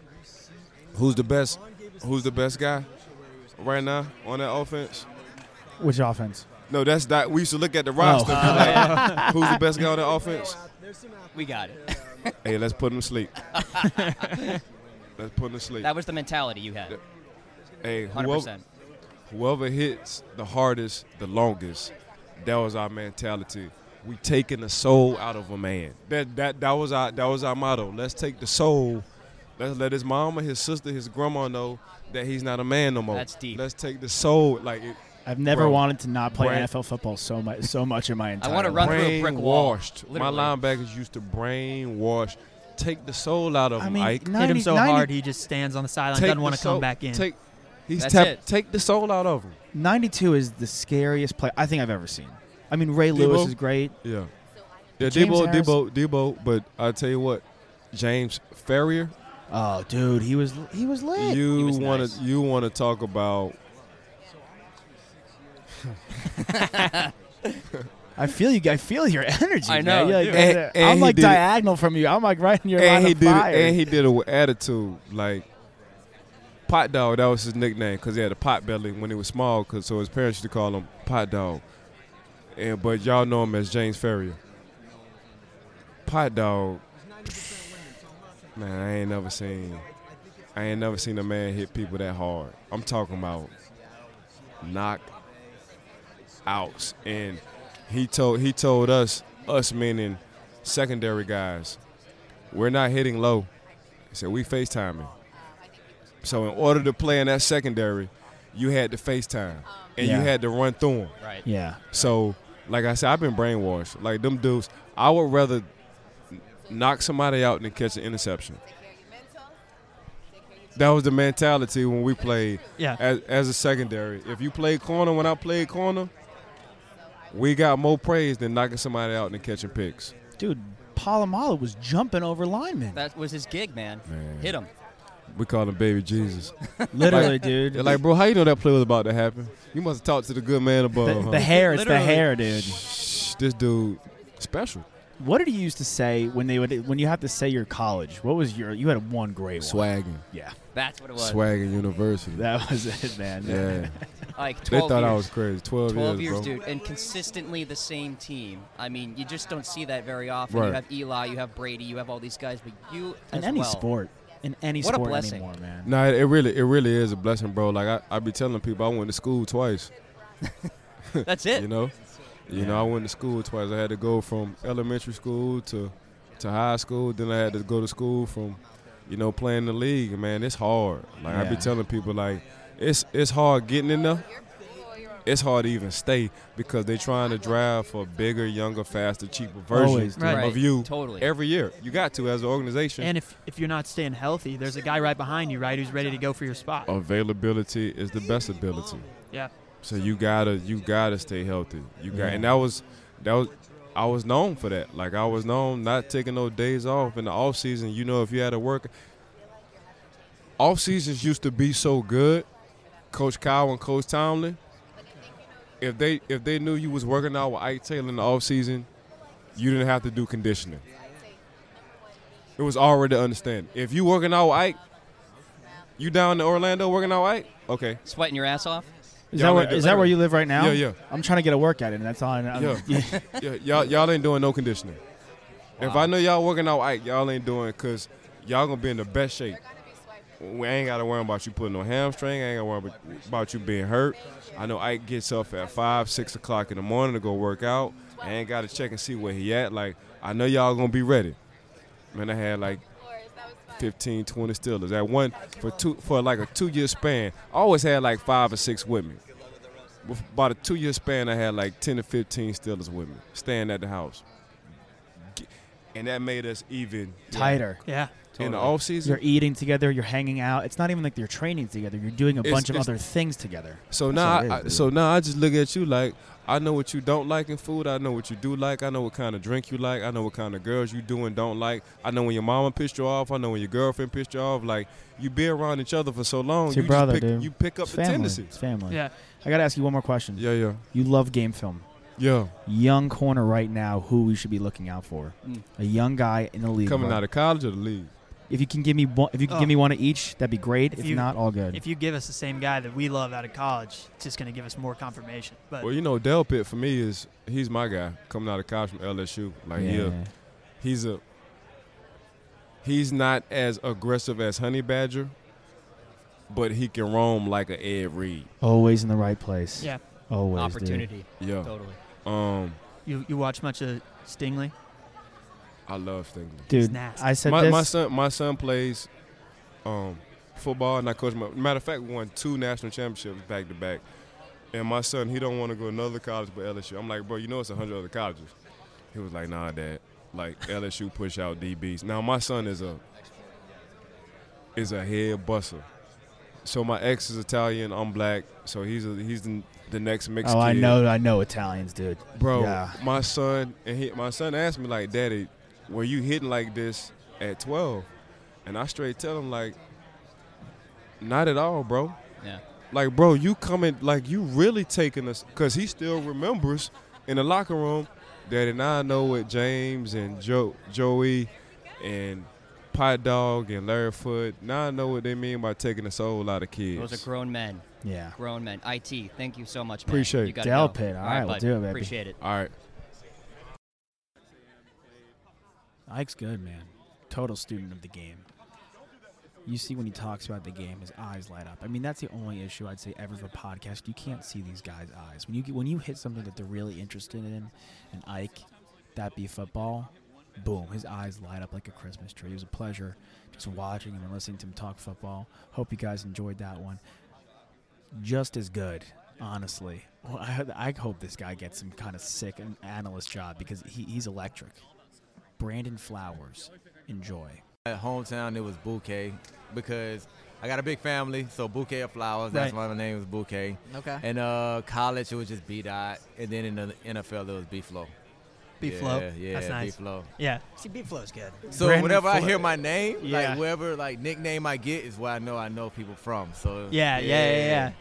S8: who's the best? Who's the best guy right now on that offense?
S2: Which offense?
S8: No, that's not. We used to look at the roster.
S6: Oh.
S8: like,
S7: Oh.
S8: who's the best guy on that offense?
S7: We got it.
S8: Hey, let's put him to sleep. let's put him to sleep.
S7: That was the mentality you had.
S8: Hey,
S7: 100%.
S8: whoever, whoever hits the hardest, the longest, that was our mentality. We taking the soul out of a man. That that that was our that was our motto. Let's take the soul. Let's let his mama, his sister, his grandma know that he's not a man no more.
S7: That's deep.
S8: Let's take the soul. Like it,
S2: I've never
S8: Bro.
S2: wanted to not play
S8: Bro.
S2: NFL football so much, so much in my entire.
S7: wanna run
S2: life.
S7: through a brick wall,
S8: brainwashed. My
S7: literally.
S8: linebackers used to brainwash. Take the soul out of
S2: I
S8: him,
S2: mean,
S8: Ike.
S2: 90,
S6: Hit him so
S2: 90
S6: hard he just stands on the sideline,
S8: Take
S6: doesn't want
S8: the
S6: to come
S8: soul-
S6: back in.
S8: Take, he's
S7: That's
S8: tap,
S7: it.
S8: take the soul out of him.
S2: 92 is the scariest play I think I've ever seen. I mean, Ray Lewis
S8: Debo?
S2: is great.
S8: Yeah. Yeah,
S2: James
S8: Debo,
S2: Harris-
S8: Debo, Debo, but I tell you what, James Ferrier,
S2: Oh, dude, he was he was lit.
S8: you
S7: was
S8: wanna
S7: nice.
S8: you wanna talk about
S2: I feel you. I feel your energy.
S7: I know,
S2: man. You're
S7: dude.
S2: like,
S8: And- and
S2: I'm
S8: he
S2: like
S8: did it-
S2: diagonal from you. I'm like right in your
S8: and
S2: line
S8: he
S2: of
S8: did
S2: fire.
S8: it and he did it with attitude. Like Pot Dog, that was his nickname because he had a pot belly when he was small, cause so his parents used to call him Pot Dog. And but y'all know him as James Ferrier. pot dog. Man, I ain't never seen. I ain't never seen a man hit people that hard. I'm talking about knock outs, and he told he told us us meaning secondary guys, we're not hitting low. He said we FaceTiming. So in order to play in that secondary, you had to FaceTime, and
S2: Yeah.
S8: you had to run through them.
S7: Right.
S2: Yeah.
S8: So, like I said, I've been brainwashed. Like them dudes, I would rather n- knock somebody out than catch an interception. That was the mentality when we played
S6: Yeah.
S8: as, as a secondary. If you played corner when I played corner, we got more praise than knocking somebody out and catching picks.
S2: Dude, Palomalo was jumping over linemen.
S7: That was his gig, man.
S8: Man.
S7: Hit him.
S8: We call him Baby Jesus.
S2: Literally, dude.
S8: They're like, bro, how you know that play was about to happen? You must have talked to the good man
S2: the,
S8: above.
S2: the
S8: huh?
S2: hair, it's the
S7: Literally.
S2: hair, dude.
S8: uh-huh. Shh, this dude special.
S2: What did he used to say when they would when you have to say your college? What was your you had one great one?
S8: Swagging.
S2: Yeah,
S7: That's what it was.
S8: Swagging University.
S2: that was it, man.
S8: Yeah.
S7: Like
S8: They
S7: 12
S8: thought
S7: years.
S8: I was crazy. Twelve,
S7: 12
S8: years,
S7: years,
S8: bro.
S7: dude, and consistently the same team. I mean, you just don't see that very often. You
S8: Right.
S7: have Eli, you have Brady, you have all these guys, but you
S2: In
S7: as
S2: any
S7: well.
S2: sport, in any
S7: What a
S2: sport
S7: blessing.
S2: anymore, man.
S8: No, it, it really, it really is a blessing, bro. Like I, I be telling people, I went to school twice.
S7: That's it.
S8: You know, you know, I went to school twice. I had to go from elementary school to, to high school. Then I had to go to school from, you know, playing the league. Man, it's hard. Like I be
S2: Yeah.
S8: telling people, like it's it's hard getting in there. It's hard to even stay because they trying to drive for a bigger, younger, faster, cheaper version
S2: Always, dude.
S7: Right.
S8: of you
S7: Totally.
S8: every year. You got to as an organization.
S6: And if, if you're not staying healthy, there's a guy right behind you, right, who's ready to go for your spot.
S8: availability is the best ability.
S6: Yeah.
S8: So you gotta you gotta stay healthy. You got
S2: Yeah.
S8: and that was that was I was known for that. Like I was known not taking no days off in the off season. You know, if you had to work, off seasons used to be so good. Coach Kyle and Coach Tomlin, if they if they knew you was working out with Ike Taylor in the off season, you didn't have to do conditioning. It was already understanding. If you working out with Ike, you down in Orlando working out with Ike, okay.
S7: Sweating your ass off.
S2: Is
S8: Y'all
S2: that where,
S8: ain't do-
S2: is that where you live right now?
S8: Yeah, yeah.
S2: I'm trying to get a workout in. That's all. I know.
S8: Yeah. Yeah, y'all y'all ain't doing no conditioning. If I know y'all working out, Ike, y'all ain't doing because y'all gonna be in the best shape. We ain't gotta worry about you putting no hamstring. I ain't gotta worry about- about you being hurt. I know Ike gets up at five, six o'clock in the morning to go work out. I ain't gotta check and see where he at. Like I know y'all gonna be ready. Man, I had like 15, 20 Steelers. That one for two for like a two year span. I always had like five or six women. With about a two year span, I had like 10 to 15 Steelers with me, staying at the house. G- And that made us even
S2: Tighter.
S6: Yeah.
S8: in the
S7: Totally.
S8: off season.
S2: You're eating together. You're hanging out. It's not even like you're training together. You're doing a
S8: It's-
S2: bunch of
S8: it's-
S2: other things together.
S8: So
S2: That's
S8: now,
S2: what it
S8: I,
S2: is,
S8: so now I just look at you like I know what you don't like in food. I know what you do like. I know what kind of drink you like. I know what kind of girls you do and don't like. I know when your mama pissed you off. I know when your girlfriend pissed you off. Like you be around each other for so long,
S2: It's your
S8: Oh, you
S2: brother,
S8: just pick,
S2: dude.
S8: you pick up
S2: It's
S8: the
S2: family.
S8: tendency.
S2: It's family.
S6: Yeah.
S2: I gotta ask you one more question.
S8: Yeah, yeah,
S2: You love game film.
S8: yeah.
S2: Young corner right now. Who we should be looking out for?
S7: Mm.
S2: A young guy in the league.
S8: Coming
S2: right?
S8: out of college or the league.
S2: If you can give me one, if you can
S6: Oh.
S2: give me one of each, that'd be great. If,
S6: If you-
S2: not, all good.
S6: If you give us the same guy that we love out of college, it's just going to give us more confirmation. But
S8: Well, you know, Del Pitt for me is he's my guy coming out of college from LSU. Like, yeah, he's a he's not as aggressive as Honey Badger, but he can roam like a Ed Reed.
S2: Always in the right place.
S6: Yeah.
S2: Always. dude.
S7: Opportunity.
S8: Yeah.
S7: Totally.
S8: Um,
S6: you, you watch much of Stingley?
S8: I love Stingley.
S2: Dude,
S6: He's nasty.
S2: I said
S8: my,
S2: this.
S8: my son my son plays um, football and I coach my matter of fact we won two national championships back to back. And my son, he don't want to go another college but LSU. I'm like, bro, you know it's a hundred other colleges. He was like, nah, dad. Like LSU push out DBs. Now my son is a is a head buster. So my ex is Italian, I'm black, so he's a, he's the, the next
S2: oh,
S8: mixed kid
S2: I know, I know Italians, dude.
S8: bro.
S2: Yeah.
S8: My son and he, my son asked me like, "Daddy, were you hitting like this at 12?" And I straight tell him like, "Not at all, bro.
S7: Yeah.
S8: Like, bro, you coming like you really taking us because he still remembers in the locker room. Daddy and I know what James and Joe, Joey, and Pot Dog and Larry Foot. Now I know what they mean by taking the soul out of kids.
S7: Those are grown men.
S2: Yeah.
S7: Grown men. IT. Thank you so much, man.
S8: Appreciate
S7: you
S8: it.
S7: gotta
S2: Del
S7: go.
S2: Pitt. All right, we'll
S7: bud.
S2: do it, baby.
S7: Appreciate it.
S8: all right.
S2: Ike's good, man. Total student of the game. You see when he talks about the game, his eyes light up. I mean, that's the only issue I'd say ever for podcast. You can't see these guys' eyes when you get- when you hit something that they're really interested in, and Ike, that be football. Boom, his eyes light up like a Christmas tree. It was a pleasure just watching him and listening to him talk football. Hope you guys enjoyed that one. Just as good, honestly. Well, I, I hope this guy gets some kind of sick an analyst job because he, he's electric. Brandon Flowers, enjoy.
S10: At hometown, it was Bouquet because I got a big family, so Bouquet of Flowers. That's
S6: Right.
S10: why my name was Bouquet.
S6: Okay.
S10: And uh, college, it was just B Dot, and then in the NFL, it was B Flow.
S6: Be flow.
S10: Yeah, yeah,
S6: That's nice.
S10: B Flow.
S6: Yeah.
S11: See, B Flow's good.
S10: So
S2: Brandon
S10: whenever I
S2: Flo-
S10: hear my name,
S2: Yeah.
S10: like whatever like nickname I get is where I know I know people from. So
S6: Yeah, yeah, yeah, yeah.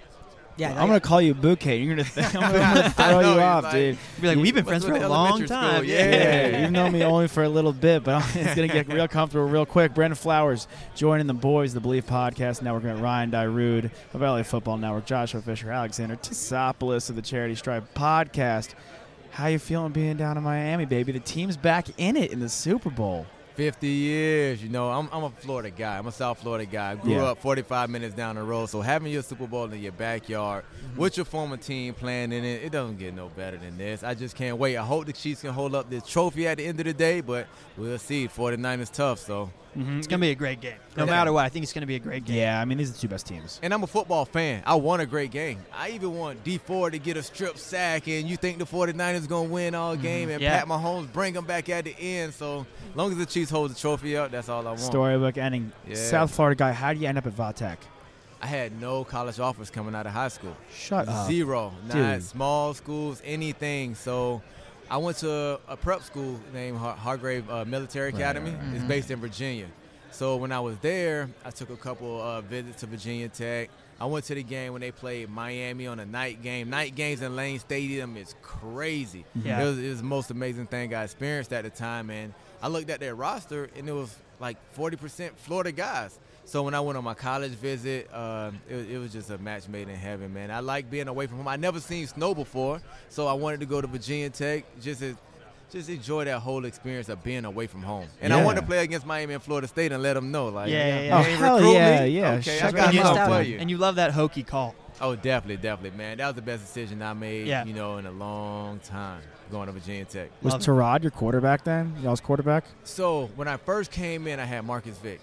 S11: Yeah,
S2: I'm gonna call you Bouquet. You're gonna think I'm gonna throw
S10: know,
S2: you
S10: he's
S2: off,
S10: like-
S2: dude.
S6: Be like,
S10: You-
S6: we've been
S10: what's
S6: friends for
S10: with
S6: a long
S10: elementary
S6: time.
S10: school?
S6: Yeah.
S2: Yeah, you've known me only for a little bit, but I'm- it's gonna get real comfortable real quick. Brandon Flowers joining the boys, the Believe Podcast Network. At Ryan Dyrud of LA Football Network, Joshua Fisher, Alexander Tisopoulos of the Charity Stripe Podcast. How you feeling being down in Miami, baby? The team's back in it in the Super Bowl.
S10: 50 years, you know, I'm, I'm a Florida guy. I'm a South Florida guy. I grew
S2: Yeah.
S10: up 45 minutes down the road. So having your Super Bowl in your backyard with your former team playing in it, it doesn't get no better than this. I just can't wait. I hope the Chiefs can hold up this trophy at the end of the day, but we'll see. 49 is tough, so.
S6: It's gonna be a great game. No
S10: Yeah.
S6: matter what, I think it's gonna be a great game.
S2: Yeah, I mean these are the two best teams.
S10: And I'm a football fan. I want a great game. I even want D4 to get a strip sack, and you think the 49ers going to win
S2: Mm-hmm.
S10: all game, and
S6: Yeah.
S10: Pat Mahomes bring them back at the end. So long as the Chiefs hold the trophy up, that's all I want.
S2: Storybook ending.
S10: Yeah.
S2: South Florida guy, how do you end up at Vatech?
S10: I had no college offers coming out of high school.
S2: Shut up.
S10: Zero. Not
S2: dude.
S10: small schools, anything. So I went to a prep school named Har- Hargrave uh, Military Academy.
S2: Mm-hmm.
S10: It's based in Virginia. So when I was there, I took a couple uh, visits to Virginia Tech. I went to the game when they played Miami on a night game. Night games in Lane Stadium is crazy.
S6: Yeah.
S10: It, was, it was the most amazing thing I experienced at the time. And I looked at their roster, and it was like 40% Florida guys. So when I went on my college visit, uh, it, it was just a match made in heaven, man. I like being away from home. I never seen snow before, so I wanted to go to Virginia Tech just to, just enjoy that whole experience of being away from home. And I wanted
S2: Yeah.
S10: to play against Miami and Florida State and let them know, like,
S6: Yeah, yeah, yeah.
S10: you
S6: Oh,
S10: ain't
S2: hell
S10: recruit
S2: yeah,
S10: me?
S2: yeah.
S10: Okay,
S2: Shut
S10: I got
S6: the
S10: something
S6: hell
S10: for
S2: up.
S10: you.
S6: And you love that hokey call.
S10: Oh, definitely, definitely, man. That was the best decision I made,
S6: Yeah.
S10: you know, in a long time going to Virginia Tech.
S2: Was
S6: Love it.
S2: Tarod your quarterback then? Y'all's quarterback?
S10: So when I first came in, I had Marcus Vick,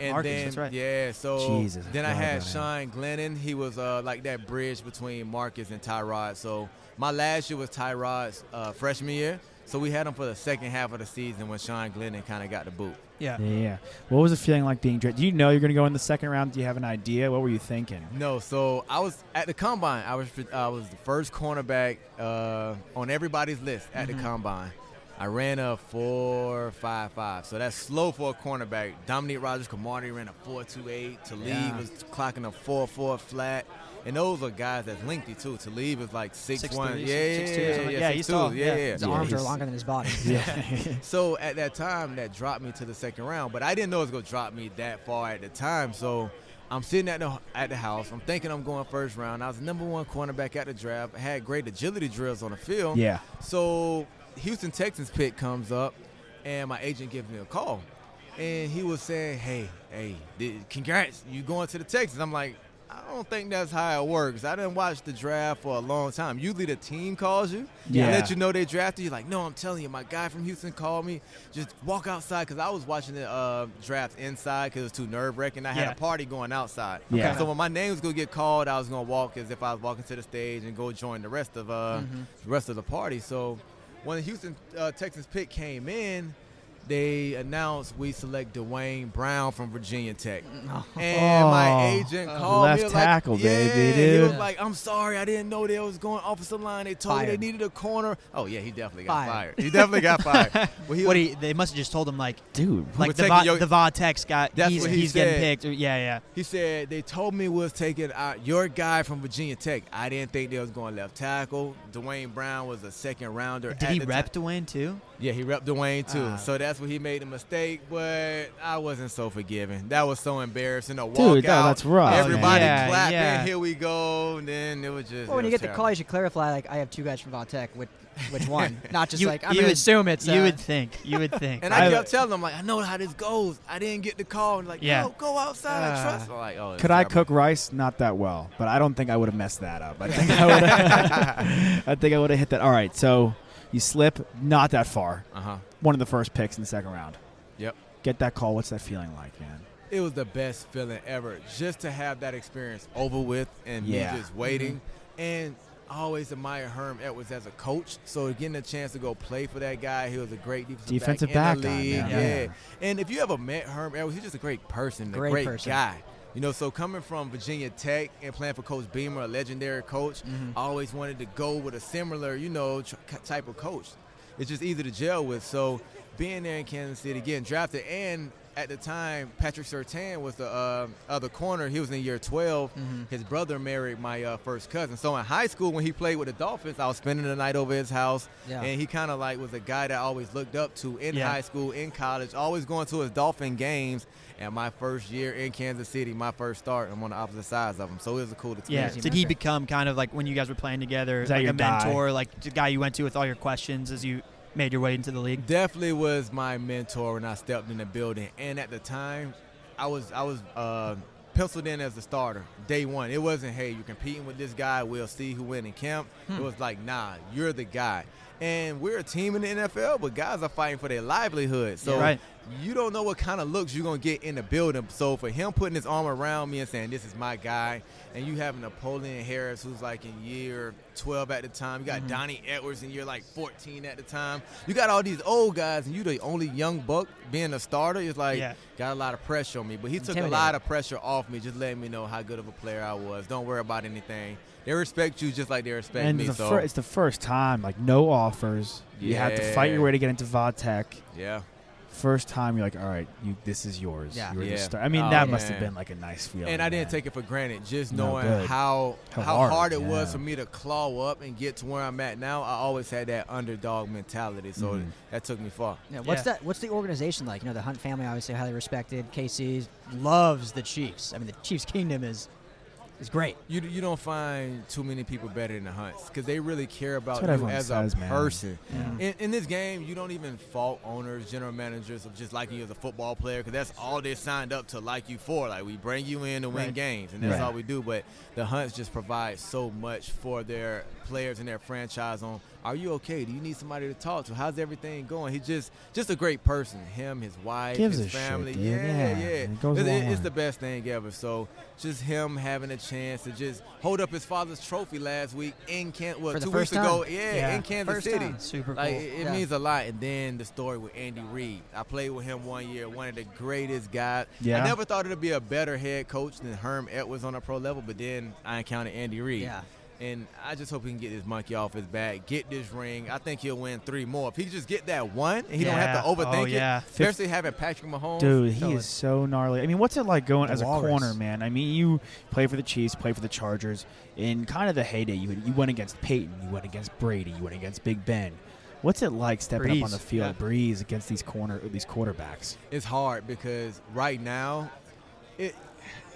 S10: and
S6: Marcus,
S10: then
S6: that's right.
S10: yeah, so
S2: Jesus, I
S10: then I
S2: forgot
S10: had
S2: about him.
S10: Sean Glennon. He was uh, like that bridge between Marcus and Tyrod. So my last year was Tyrod's uh, freshman year. So we had him for the second half of the season when Sean Glennon kind of got the boot.
S6: Yeah.
S2: Yeah, yeah. What was it feeling like being drafted? Do you know you're going to go in the second round? Do you have an idea? What were you thinking?
S10: No, so I was at the combine. I was I was the first cornerback uh, on everybody's list at
S6: Mm-hmm.
S10: the combine. I ran a four five five, so that's slow for a cornerback. Dominique Rogers Cromartie ran a four two eight. Talib
S6: Yeah.
S10: was clocking a four four flat, and those are guys that's lengthy too. Talib is like six, one, yeah,
S6: 6'3",
S10: yeah,
S6: 6'2",
S10: yeah,
S6: something.
S10: yeah,
S6: Yeah, he's
S10: 6'2",
S6: tall.
S10: yeah,
S6: Yeah.
S10: yeah.
S11: His
S2: Yeah,
S11: arms are
S2: he's-
S11: longer than his body.
S2: Yeah.
S10: So at that time, that dropped me to the second round, but I didn't know it was gonna drop me that far at the time. So I'm sitting at the at the house. I'm thinking I'm going first round. I was the number one cornerback at the draft. I had great agility drills on the field.
S2: yeah.
S10: So Houston Texans pick comes up, and my agent gives me a call, and he was saying, "Hey, hey, th- congrats, you going to the Texans?" I'm like. I don't think that's how it works. I didn't watch the draft for a long time. Usually the team calls you
S2: Yeah.
S10: and let you know they drafted you. Like, no, I'm telling you, my guy from Houston called me. Just walk outside because I was watching the uh, draft inside because it was too nerve wracking. I had
S6: Yeah.
S10: a party going outside.
S2: Yeah.
S10: So when my name was gonna get called, I was gonna walk as if I was walking to the stage and go join the rest of uh,
S2: Mm-hmm.
S10: the rest of the party. So when the Houston uh, Texans pick came in, they announced we select Dwayne Brown from Virginia Tech, and my
S2: Oh.
S10: agent called
S2: Left
S10: me was
S2: tackle,
S10: like,
S2: baby,
S10: yeah. He was
S2: dude.
S10: like, "I'm sorry, I didn't know they was going offensive line. They told me
S11: Fired.
S10: they needed a corner. Oh yeah, he definitely got
S11: Fired.
S10: fired. He definitely got fired. Well, he
S6: What
S10: was-
S6: he, they must have just told him like,
S2: Dude.
S6: like the
S10: taking
S6: Va,
S10: your-
S6: the Va Tex guy.
S10: That's
S6: he's
S10: what he
S6: he's getting
S10: said.
S6: picked. Or- yeah, yeah.
S10: He said they told me we was taking out your guy from Virginia Tech. I didn't think they was going left tackle. Dwayne Brown was a second rounder.
S6: Did
S10: at
S6: he
S10: the
S6: rep
S10: time.
S6: to win too?
S10: Yeah, he repped Dwayne too.
S6: Ah,
S10: so that's that's where he made a mistake, but I wasn't so forgiving. That was so embarrassing. A walkout.
S2: Dude, that- that's rough, man.
S10: Everybody
S11: Yeah,
S10: clapping.
S11: yeah.
S10: Here we go. And then it was just.
S11: Well, Oh, when
S10: it
S11: you
S10: was
S11: get the call,
S10: terrible.
S11: you should clarify like I have two guys from Valtech. Which which one? Not just
S6: You-
S11: like I'm
S6: you
S11: gonna
S6: would-
S11: assume it's.
S6: you
S11: uh,
S6: would think. You would think.
S10: And I, kept telling them like, I know how this goes. I didn't get the call. And like,
S6: Yeah.
S10: no, go outside. I
S11: Uh,
S10: trust. I'm like, oh, it's
S2: Could I
S10: terrible.
S2: cook rice? Not that well, but I don't think I would have messed that up. I think I would. have I think I would have hit that. All right, so you slip, not that far.
S10: Uh huh.
S2: One of the first picks in the second round.
S10: Yep.
S2: Get that call. What's that feeling like, man?
S10: It was the best feeling ever just to have that experience over with and
S2: Yeah.
S10: me just waiting. And I always admire Herm Edwards as a coach. So getting a chance to go play for that guy, he was a great defensive,
S2: Defensive
S10: back, in the
S2: back, I
S10: league.
S2: know.
S10: Yeah.
S2: Yeah.
S10: And if you ever met Herm Edwards, he's just a great person, a
S11: Great
S10: great,
S11: person.
S10: guy. You know, so coming from Virginia Tech and playing for Coach Beamer, a legendary coach, I always wanted to go with a similar, you know, tr- type of coach. It's just easy to gel with. So being there in Kansas City, getting drafted, and at the time, Patrick Sertan was the uh, other corner. He was in year 12. His brother married my uh, first cousin. So in high school, when he played with the Dolphins, I was spending the night over his house.
S11: Yeah.
S10: And he kind of like was a guy that I always looked up to in
S6: Yeah.
S10: high school, in college, always going to his Dolphin games. And my first year in Kansas City, my first start, I'm on the opposite sides of him. So it was a cool
S6: Yeah.
S10: experience.
S6: Did he become kind of like when you guys were playing together,
S2: Is that
S6: like
S2: your
S6: a
S2: guy?
S6: mentor, like the guy you went to with all your questions as you made your way into the league?
S10: definitely was my mentor when I stepped in the building. And at the time, I was I was uh, penciled in as a starter day one. It wasn't hey you're competing with this guy. We'll see who win in camp. It was like nah, you're the guy. And we're a team in the NFL, but guys are fighting for their livelihood. So
S6: Right.
S10: you don't know what kind of looks you're gonna get in the building. So for him putting his arm around me and saying this is my guy, and you have Napoleon Harris who's like in year 12 at the time, you got
S2: Mm-hmm.
S10: Donnie Edwards in year like 14 at the time, you got all these old guys, and you the only young buck being a starter. It's like
S6: Yeah.
S10: got a lot of pressure on me, but he took a
S11: Intimidating.
S10: lot of pressure off me, just letting me know how good of a player I was. Don't worry about anything. They respect you just like they respect
S2: and
S10: me.
S2: it's the,
S10: so
S2: fir- it's the first time, like no offers. You have to fight
S10: Yeah.
S2: your way to get into VodTech.
S10: yeah,
S2: First time, you're like, all right, you this is yours.
S11: Yeah.
S2: You were the
S10: Yeah.
S2: star- I mean,
S10: Oh,
S2: that must have
S10: man.
S2: been like a nice feeling.
S10: and I didn't
S2: man.
S10: take it for granted. Just
S2: No
S10: knowing
S2: good.
S10: how
S2: How
S10: how,
S2: hard,
S10: hard, it was
S2: yeah.
S10: for me to claw up and get to where I'm at now, I always had that underdog mentality. So
S2: Mhm.
S10: that took me far.
S11: Yeah, what's
S6: Yeah.
S11: that? What's the organization like? You know, the Hunt family obviously highly respected. KC loves the Chiefs. I mean, the Chiefs kingdom is is great.
S10: You you don't find too many people better than the Hunts because they really care about
S2: what
S10: you
S2: everyone
S10: as
S2: says,
S10: a
S2: man. Mm-hmm.
S10: person.
S2: Yeah.
S10: In, in this game, you don't even fault owners, general managers of just liking you as a football player because that's all they signed up to like you for. Like we bring you in to win
S6: Right.
S10: games, and that's
S2: Right.
S10: all we do. But the Hunts just provide so much for their players and their franchise. On are you okay? Do you need somebody to talk to? How's everything going? He's just just a great person. Him, his wife,
S2: Gives
S10: his
S2: a shit,
S10: family.
S2: dude.
S10: yeah,
S2: Yeah,
S10: yeah.
S2: it goes
S10: It-
S2: a long
S10: it-
S2: way.
S10: it's the best thing ever. So just him having a chance to just hold up his father's trophy last week in Kansas. Well,
S11: For the
S10: two
S11: first
S10: weeks
S11: time.
S10: ago, yeah,
S6: Yeah.
S10: in Kansas
S11: First
S10: City.
S11: time.
S6: Super
S10: Like
S6: cool.
S10: it, it
S11: Yeah.
S10: means a lot. And then the story with Andy Reid. I played with him one year, one of the greatest guys.
S2: Yeah.
S10: I never thought it'd be a better head coach than Herm Edwards on a pro level, but then I encountered Andy Reid.
S11: Yeah.
S10: And I just hope he can get this monkey off his back, get this ring. I think he'll win three more. If he just get that one and he don't have to
S6: Yeah.
S10: overthink
S6: Oh, yeah.
S10: it, especially having Patrick Mahomes.
S2: Dude, he
S10: Tell
S2: is so gnarly. I mean, what's it like going
S11: The
S2: as a
S11: Walrus.
S2: corner, man? I mean, you play for the Chiefs, play for the Chargers. In kind of the heyday, you you went against Peyton, you went against Brady, you went against Big Ben. What's it like stepping up on
S6: Breeze,
S2: the field,
S6: yeah.
S2: breeze against these corner these quarterbacks?
S10: it's hard because right now it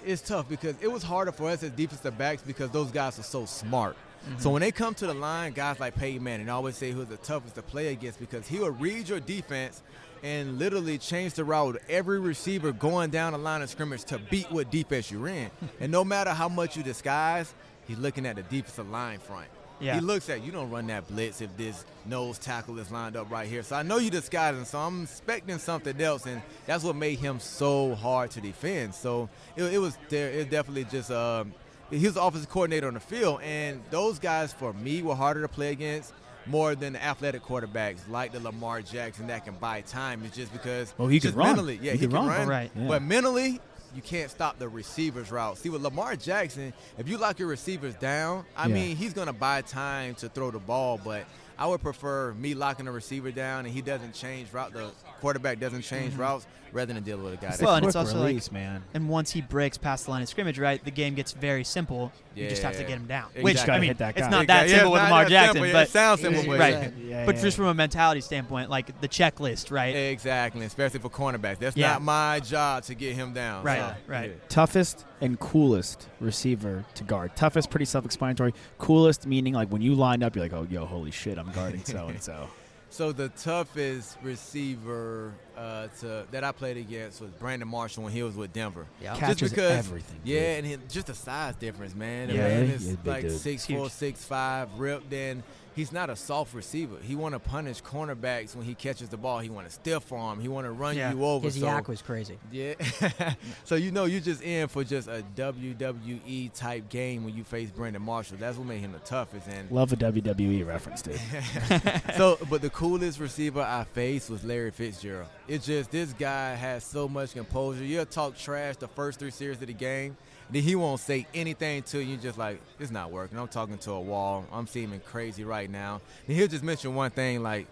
S10: it's tough because it was harder for us as defensive backs because those guys are so smart.
S2: Mm-hmm.
S10: So when they come to the line, guys like Peyton Manning I always say who's the toughest to play against because he will read your defense and literally change the route of every receiver going down the line of scrimmage to beat what defense you're in. and no matter how much you disguise, he's looking at the defensive line front.
S6: Yeah.
S10: He looks at you don't run that blitz if this nose tackle is lined up right here. So I know you disguising, so I'm expecting something else, and that's what made him so hard to defend. So it, it was there. It definitely just um, he was the offensive coordinator on the field, and those guys for me were harder to play against more than the athletic quarterbacks like the Lamar Jackson that can buy time. It's just because
S2: Oh, he
S10: just
S2: can run.
S10: mentally, yeah,
S2: He
S10: he,
S2: can
S10: can,
S2: run.
S10: run,
S6: Right.
S2: Yeah.
S10: but mentally. You can't stop the receiver's route. See, with Lamar Jackson, if you lock your receivers down, I
S2: Yeah.
S10: mean, he's going to buy time to throw the ball, but I would prefer me locking a receiver down and he doesn't change route. The quarterback doesn't change
S6: Mm-hmm.
S10: routes rather than dealing with a guy.
S6: Well,
S10: that
S6: and it's
S2: Quick
S6: also like-
S2: release, man.
S6: And once he breaks past the line of scrimmage, right, the game gets very simple. You just have to
S10: Yeah.
S6: get him down.
S10: Exactly.
S6: Which I
S10: Gotta
S6: mean,
S2: hit that
S6: it's
S2: guy.
S6: not that
S10: Yeah,
S6: simple
S10: it's
S6: with
S10: not
S6: Lamar
S10: that
S6: Jackson,
S10: simple. Yeah,
S6: but
S10: it sounds simple, but
S6: right.
S10: it's-
S2: Yeah,
S6: but
S2: yeah.
S6: just from a mentality standpoint, like the checklist, right?
S10: Exactly, especially for cornerbacks. That's
S6: Yeah.
S10: not my job to get him down.
S6: Right,
S10: So,
S6: right.
S2: toughest and coolest receiver to guard. Toughest, pretty self-explanatory. Coolest meaning like when you line up, you're like, oh, yo, holy shit, I'm guarding so and so.
S10: So the toughest receiver uh, to, that I played against was Brandon Marshall when he was with Denver.
S11: Yeah.
S2: Catches
S10: just because,
S2: everything. dude.
S10: Yeah, and he, just the size difference, man. The
S2: Yeah,
S10: man
S2: he
S10: is
S2: is a big
S10: like
S2: dude.
S10: six four, six five, ripped. Then he's not a soft receiver. He want to punish cornerbacks when he catches the ball. He want to stiff arm. He want to run
S6: Yeah.
S10: you over.
S11: His
S10: so,
S11: yak was crazy.
S10: Yeah. so you know you just in for just a WWE type game when you face Brandon Marshall. That's what made him the toughest. And
S2: Love a WWE reference, dude.
S10: so, but the coolest receiver I faced was Larry Fitzgerald. It's just this guy has so much composure. You'll talk trash the first three series of the game, then he won't say anything to you. Just like it's not working. I'm talking to a wall. I'm seeming crazy right now. Then he'll just mention one thing like.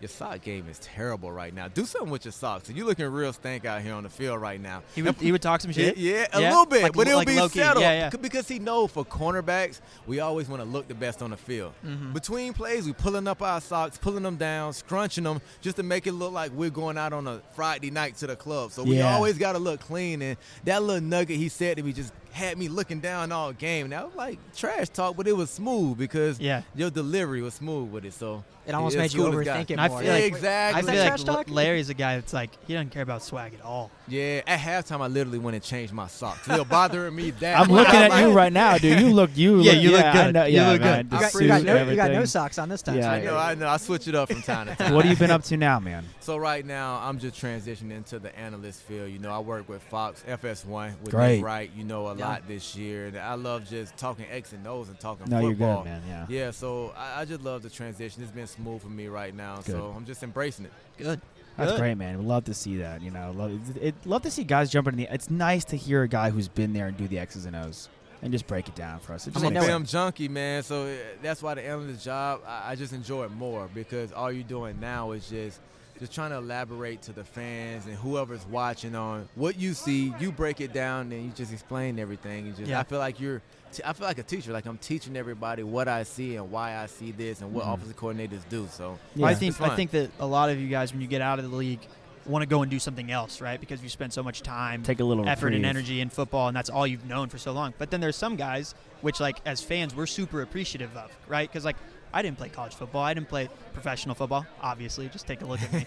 S10: Your sock game is terrible right now. Do something with your socks. You're looking real stank out here on the field right now.
S6: He would he would talk some
S10: Yeah,
S6: shit.
S10: yeah, a
S6: Yeah,
S10: little bit,
S6: like-
S10: but it'll
S6: like
S10: be
S6: low-key,
S10: settled
S6: yeah, yeah.
S10: c- because he know for cornerbacks we always want to look the best on the field.
S6: Mm-hmm.
S10: Between plays, we pulling up our socks, pulling them down, scrunching them just to make it look like we're going out on a Friday night to the club. So we
S2: Yeah.
S10: always got to look clean. And that little nugget he said to me just had me looking down all game. And that was like trash talk, but it was smooth because
S6: Yeah.
S10: your delivery was smooth with it. So
S11: It almost
S10: it's
S11: made you
S10: cool as guy.
S11: overthink it
S6: And I
S11: more.
S6: feel like- I
S10: exactly.
S6: feel
S11: that
S6: like
S11: trash
S6: L-
S11: talk?
S6: Larry's a guy that's like he doesn't care about swag at all.
S10: yeah, at halftime I literally went and changed my socks. They're bothering me that.
S2: I'm
S10: much.
S2: looking
S10: like-
S2: at you right now, dude. You look, you
S6: Yeah,
S2: look,
S6: you look
S2: yeah, I
S6: good.
S2: know-
S6: You
S2: yeah,
S6: look
S2: man,
S6: good.
S2: the
S11: you, got, you got
S2: suit,
S11: no, you got no
S2: everything.
S11: socks on this time.
S2: Yeah,
S10: I know, I know. I switch it up from time to time.
S2: What have you been up to now, man?
S10: So right now, I'm just transitioning into the analyst field. You know, I work with Fox FS1 with
S2: Great.
S10: Nick Wright. You know, a
S11: Yeah.
S10: lot this year, and I love just talking X and O's and talking
S2: No, you're
S10: football.
S2: good, man. Yeah.
S10: Yeah, so I, I just love the transition. It's been smooth for me right now, so I'm just embracing it.
S6: Good.
S2: That's
S6: Good.
S2: great, man. We love to see that. You know, love it, it- love to see guys jumping in the. It's nice to hear a guy who's been there and do the X's and O's and just break it down for us. It
S10: I'm
S2: just
S10: a
S2: makes
S10: film junkie, man. So uh, that's why the analyst job, I, I just enjoy it more because all you're doing now is just just trying to elaborate to the fans and whoever's watching on what you see. You break it down and you just explain everything. And just
S6: Yeah.
S10: I feel like you're. T- I feel like a teacher. Like I'm teaching everybody what I see and why I see this and what offensive coordinators do. So
S2: Yeah.
S6: Mm-hmm. I think
S10: It's fine.
S6: I think that a lot of you guys, when you get out of the league, want to go and do something else, right? Because you spend so much time,
S2: take a little
S6: effort,
S2: reprieve.
S6: and energy in football, and that's all you've known for so long. But then there's some guys which, like, as fans, we're super appreciative of, right? Because like. I didn't play college football. I didn't play professional football, obviously. Just take a look at me.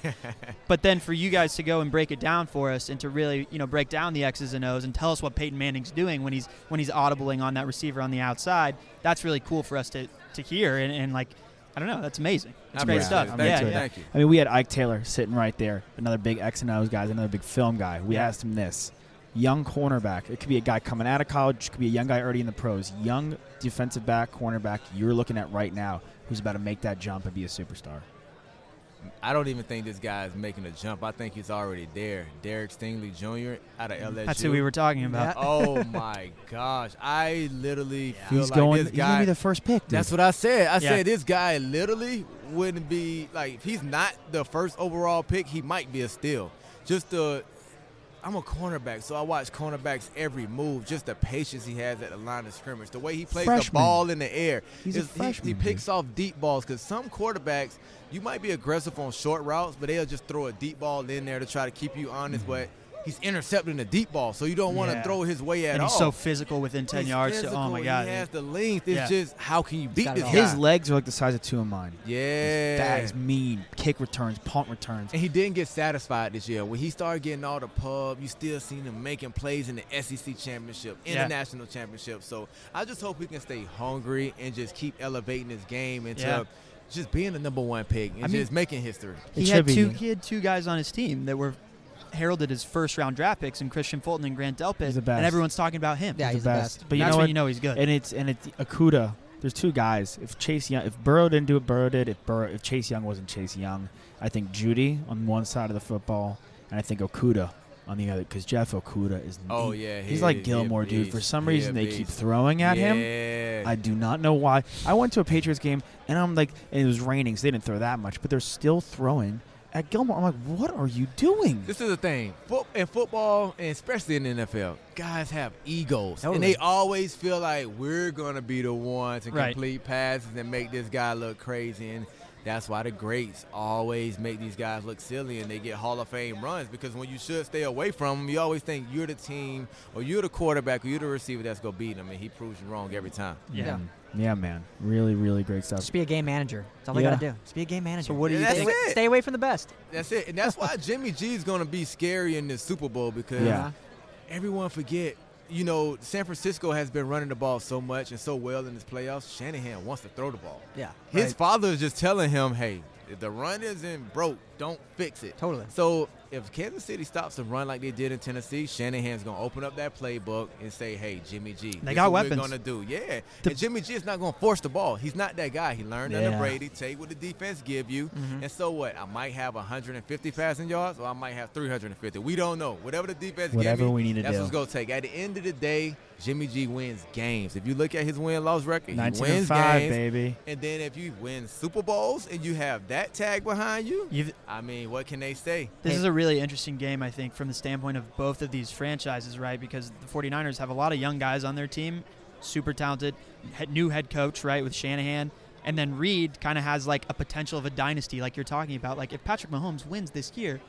S6: but then for you guys to go and break it down for us and to really, you know, break down the X's and O's and tell us what Peyton Manning's doing when he's when he's audibling on that receiver on the outside, that's really cool for us to, to hear and, and like I don't know, that's amazing. It's
S10: I
S6: great
S10: appreciate
S6: stuff.
S10: it.
S2: I'm
S10: Thank
S6: yeah,
S10: you.
S6: yeah.
S10: Thank you.
S2: I mean, we had Ike Taylor sitting right there, another big X and O's guy, another big film guy. We
S6: Yeah.
S2: asked him this: young cornerback. It could be a guy coming out of college, could be a young guy already in the pros, young defensive back, cornerback. You're looking at right now, who's about to make that jump and be a superstar.
S10: I don't even think this guy is making a jump. I think he's already there. Derek Stingley Jr. out of
S2: Mm,
S10: LSU.
S6: That's who we were talking about.
S10: oh my gosh! I literally feel
S2: he's
S10: like
S2: going.
S10: this
S2: He's gonna
S10: guy.
S2: be the first pick. Dude.
S10: That's what I said. I
S6: Yeah.
S10: said this guy literally wouldn't be like if he's not the first overall pick, he might be a steal. Just the I'm a cornerback, so I watch cornerbacks every move. Just the patience he has at the line of scrimmage, the way he plays the
S2: Freshman.
S10: ball in the air.
S2: He's a
S10: It's- he-
S2: freshman,
S10: He,
S2: dude.
S10: picks off deep balls because some quarterbacks you might be aggressive on short routes, but they'll just throw a deep ball in there to try to keep you honest. But he's intercepting the deep ball, so you don't want to
S6: Mm-hmm. Yeah.
S10: throw his way at
S6: and
S10: all.
S6: he's so physical within 10
S10: He's
S6: yards. so- oh
S10: physical,
S6: my god.
S10: He has the length. It's
S6: Yeah.
S10: just how can you beat
S11: got
S10: this
S11: it all.
S10: guy?
S2: His legs are like the size of two of mine.
S10: Yeah.
S2: That is mean. Kick returns, punt returns.
S10: And he didn't get satisfied this year. When he started getting all the pub, you still seen him making plays in the SEC championship,
S6: Yeah.
S10: international championship. So I just hope he can stay hungry and just keep elevating his game into
S6: Yeah.
S10: just being the number one pick and
S6: I mean-
S10: just making history.
S6: He
S2: It
S6: had
S2: should be.
S6: two he had two guys on his team that were heralded as first round draft picks and Christian Fulton and Grant Delpit
S2: He's the best.
S6: and everyone's talking about him.
S11: Yeah, he's the best.
S2: But you
S6: That's
S2: know
S6: when
S2: what?
S6: you know he's good.
S2: And it's and it's Akuda. There's two guys. If Chase Young, if Burrow didn't do it, Burrow did. If Burrow, if Chase Young wasn't Chase Young, I think Judy on one side of the football, and I think Okuda on the other because Jeff Okuda is.
S10: Oh,
S2: he-
S10: yeah, he
S2: he's like
S10: is. He a
S2: Gilmore, dude. For
S10: beast.
S2: some
S10: He a
S2: reason, they keep
S10: beast.
S2: throwing at him.
S10: Yeah.
S2: I do not know why. I went to a Patriots game and I'm like, and it was raining, so they didn't throw that much, but they're still throwing at Gilmore. I'm like, what are you doing?
S10: This is the thing. Foot, in football, and especially in the NFL, guys have egos. And
S11: Totally.
S10: they always feel like we're going to be the ones to
S6: Right.
S10: complete passes and make this guy look crazy. And that's why the greats always make these guys look silly and they get Hall of Fame runs because when you should stay away from them, you always think you're the team or you're the quarterback or you're the receiver that's going to beat them. And he proves you wrong every time.
S11: Yeah.
S2: Mm. Yeah, man. Really, really great stuff.
S11: Just be a game manager. That's all
S2: Yeah.
S11: they got to do. Just be a game manager.
S6: So what do
S10: Yeah,
S6: you
S10: that's
S6: think?
S10: it.
S11: Stay away from the best.
S10: That's it. And that's why Jimmy G is going to be scary in this Super Bowl because
S2: Yeah.
S10: everyone forget, you know, San Francisco has been running the ball so much and so well in this playoffs. Shanahan wants to throw the ball.
S11: Yeah.
S10: His
S11: Right.
S10: father is just telling him, hey, if the run isn't broke, don't fix it.
S11: Totally.
S10: So if Kansas City stops to run like they did in Tennessee, Shanahan's going to open up that playbook and say, hey, Jimmy G.
S6: They got
S10: what
S6: weapons.
S10: We're going to do. Yeah.
S6: The-
S10: and Jimmy G is not going to force the ball. He's not that guy. He learned under
S2: Yeah. Mm-hmm.
S10: Brady. Take what the defense give you. And so what? I might have 150 passing yards or I might have 350. We don't know. Whatever the defense
S2: Whatever
S10: give me,
S2: we need to
S10: that's
S2: do.
S10: what's going to take. At the end of the day, Jimmy G wins games. If you look at his win-loss record, he
S2: 19 and
S10: wins
S2: 5,
S10: games.
S2: baby.
S10: And then if you win Super Bowls and you have that tag behind you,
S6: You've-
S10: I mean, what can they say?
S6: This is a really interesting game, I think, from the standpoint of both of these franchises, right? Because the 49ers have a lot of young guys on their team, super talented, he- new head coach, right, with Shanahan. And then Reed kind of has like a potential of a dynasty, like you're talking about. Like if Patrick Mahomes wins this year,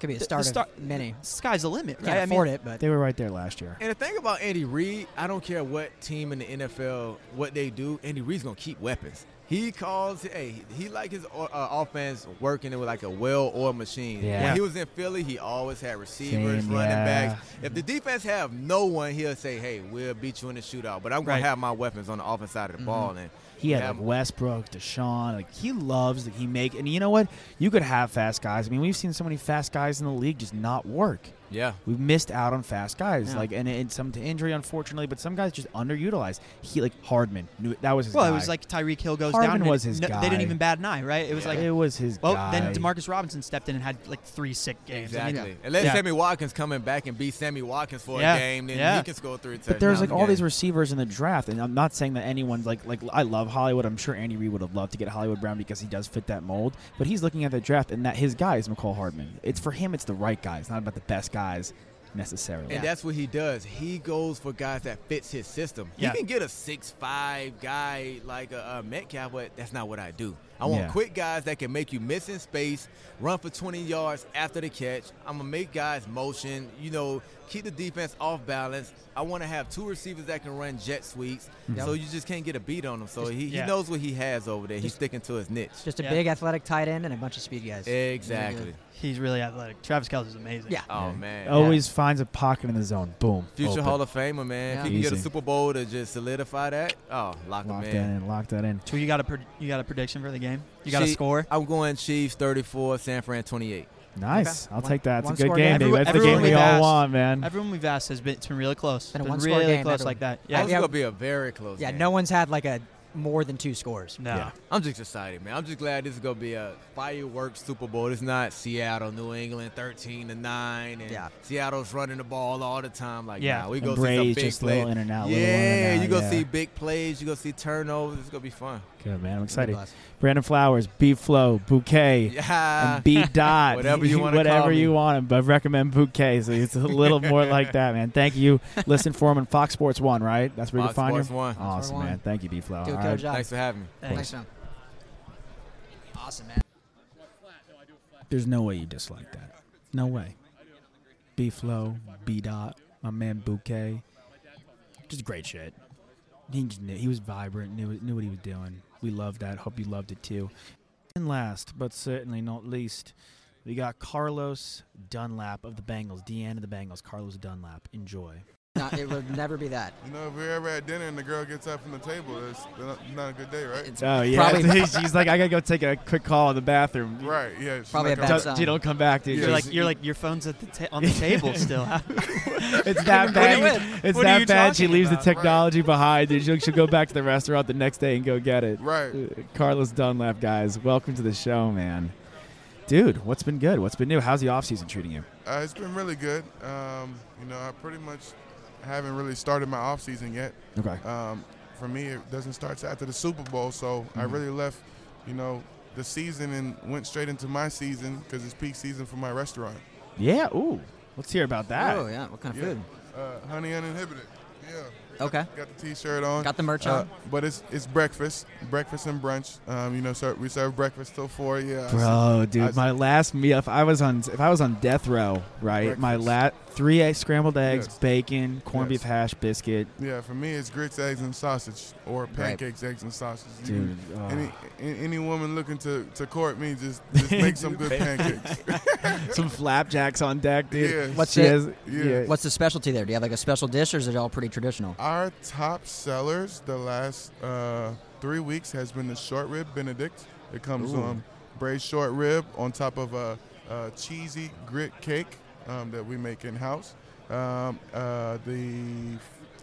S11: Could be a
S6: the- the
S11: start
S6: star-
S11: of many.
S6: sky's the limit, right?
S11: Can't
S6: I mean,
S11: afford it, but
S2: They were right there last year.
S10: And the thing about Andy Reid, I don't care what team in the NFL, what they do, Andy Reid's gonna keep weapons. He calls, hey, he like his uh, offense working with like a well-oiled machine.
S2: Yeah.
S10: When he was in Philly, he always had receivers,
S2: Same,
S10: running
S2: yeah.
S10: backs. If the defense have no one, he'll say, hey, we'll beat you in the shootout, but I'm gonna
S6: Right.
S10: have my weapons on the offense side of the ball. And
S2: Mm-hmm. He had
S10: Yeah.
S2: like Westbrook, Deshaun. Like he loves that he make. And you know what? You could have fast guys. I mean, we've seen so many fast guys in the league just not work.
S10: yeah,
S2: We missed out on fast guys.
S6: Yeah.
S2: Like and, and some to injury, unfortunately, but some guys just underutilized. He like Hardman. Knew, that was his.
S6: Well, it
S2: guy.
S6: was like Tyreek Hill goes
S2: Hardman
S6: down. and
S2: was his
S6: no- They
S2: guy.
S6: didn't even bat an eye, right? It was like,
S2: it was his.
S6: well,
S2: guy.
S6: then Demarcus Robinson stepped in and had like three sick games. I mean,
S10: exactly. Unless
S6: Yeah.
S10: Sammy Watkins coming back and beat Sammy Watkins for
S6: Yeah.
S10: a game, then
S6: Yeah.
S10: he can score three touchdowns.
S2: But there's like
S10: a
S2: all these
S10: game.
S2: receivers in the draft, and I'm not saying that anyone's like like I love Hollywood. I'm sure Andy Reid would have loved to get Hollywood Brown because he does fit that mold. But he's looking at the draft, and that his guy is McCall Hardman. It's for him. It's the right guy. It's not about the best guys necessarily.
S10: And that's what he does. He goes for guys that fits his system.
S6: Yeah.
S10: You can get a six five guy like a, a Metcalf, but that's not what I do. I want
S2: Yeah.
S10: quick guys that can make you miss in space, run for 20 yards after the catch. I'm gonna make guys motion. You know, keep the defense off balance. I want to have two receivers that can run jet sweeps,
S2: Mm-hmm.
S10: so you just can't get a beat on them. So he,
S6: yeah.
S10: he knows what he has over there. He's sticking to his niche.
S11: Just a
S6: Yeah.
S11: big athletic tight end and a bunch of speed guys.
S10: Exactly.
S6: He's really athletic. Travis Kelce is amazing.
S11: Yeah.
S10: Oh man.
S2: Always finds a pocket in the zone. Boom.
S10: Future
S2: Open.
S10: Hall of Famer, man. If
S11: Yeah.
S10: he can get a
S2: Easy.
S10: Super Bowl to just solidify that, oh, lock,
S2: Lock
S10: him
S2: that in. Lock that in.
S6: So you got a pred- you got a prediction for the game? You got a
S10: She-
S6: score?
S10: I'm going Chiefs 34, San Fran 28.
S2: Nice.
S11: Okay.
S2: I'll
S11: One-
S2: take that. It's
S11: one
S2: a good
S11: score
S2: game,
S11: game.
S2: baby.
S6: Everyone-
S2: That's the game
S6: everyone
S2: we
S6: we've
S2: all
S6: asked-
S2: want, man.
S6: Everyone we've asked has been it's been really close.
S11: Been a
S6: been
S11: one-score
S6: really
S11: game,
S6: close
S11: everyone.
S6: like that.
S10: Yeah,
S6: Yeah.
S10: it's
S11: yeah.
S10: gonna be a very close.
S11: Yeah,
S10: game.
S11: no one's had like a more than two scores.
S6: No.
S2: Yeah.
S10: I'm just excited, man. I'm just glad this is gonna be a fireworks Super Bowl. It's not Seattle, New England, 13 to nine, and
S11: Yeah.
S10: Seattle's running the ball all the time. Like,
S6: Yeah.
S10: nah, we
S2: And
S10: go see some
S2: Brady's
S10: big
S2: just
S10: plays.
S2: little in and out,
S10: yeah,
S2: little in and out,
S10: you gonna
S2: yeah.
S10: see big plays. You gonna see turnovers. It's gonna be fun.
S2: Good man. I'm excited.
S11: blessed.
S2: Brandon Flowers, B Flow, Bouquet.
S10: Yeah.
S2: and B dot
S10: Whatever you wanna
S2: whatever
S10: call
S2: you
S10: me.
S2: want but recommend bouquet so it's a little more like that man thank you listen for him on Fox Sports One right that's where you
S10: Fox
S2: can find
S10: Sports
S2: him
S10: One.
S2: awesome
S11: One.
S2: man thank you B Flow
S11: Do a
S2: All
S11: killer
S2: right.
S11: job.
S10: Thanks for having me.
S11: Thanks, man. Awesome, man.
S2: there's no way you dislike that no way B Flow B dot my man bouquet just great shit he just knew, he was vibrant knew knew what he was doing we loved that hope you loved it too and last but certainly not least we got Carlos Dunlap of the Bengals, Deanna of the Bengals, Carlos Dunlap. Enjoy.
S11: No, it would never be that.
S12: You know, if we're ever at dinner and the girl gets up from the table, it's not, not a good day, right?
S2: Oh yeah,
S11: Probably-
S2: she's like, I gotta go take a quick call in the bathroom.
S12: right, yeah. she's
S11: Probably
S12: not
S11: a
S12: gonna-
S11: bad
S2: Don't,
S11: sign.
S2: you don't come back, dude.
S12: Yeah.
S6: You're like you're like your phone's at the ta- on the table still.
S2: It's that
S6: What are
S2: bad.
S6: you-
S2: it's
S6: what are you
S2: that bad. She
S6: talking
S2: leaves
S6: about?
S2: the technology behind. Dude. She'll, she'll go back to the restaurant the next day and go get it.
S12: Right.
S2: Uh, Carlos Dunlap, guys, welcome to the show, man. Dude, what's been good? What's been new? How's the offseason treating you?
S12: Uh, it's been really good. Um, you know, I pretty much haven't really started my off season yet.
S2: Okay.
S12: Um, for me, it doesn't start till after the Super Bowl, so
S2: Mm-hmm.
S12: I really left, you know, the season and went straight into my season because it's peak season for my restaurant.
S2: Yeah. Ooh, let's hear about that.
S12: Oh,
S11: yeah. What kind
S12: Yeah. Uh, honey uninhibited. Yeah.
S11: Okay.
S12: Got the T-shirt on.
S11: Got the merch
S12: Uh,
S11: on.
S12: But it's it's breakfast, breakfast and brunch. Um, you know, sir, we serve breakfast till four. Yeah. I
S2: Bro,
S12: see-
S2: dude,
S12: I
S2: my last meal. If I was on, if I was on death row, right? My la- three egg, scrambled eggs,
S12: Yes.
S2: bacon, corned
S12: Yes.
S2: beef hash, biscuit.
S12: Yeah, for me it's grits, eggs, and sausage, or pancakes, eggs, and sausage. You-
S2: Dude, oh.
S12: any a- any woman looking to, to court me, just, just make some good pancakes.
S2: Some flapjacks on deck, dude.
S12: Yes.
S11: What's
S2: She
S11: it?
S2: has- yeah.
S11: What's the specialty there? Do you have like a special dish, or is it all pretty traditional?
S12: Our top sellers the last uh, three weeks has been the short rib Benedict. It comes
S2: Ooh.
S12: um, braised short rib on top of a, a cheesy grit cake um, that we make in house. Um, uh, the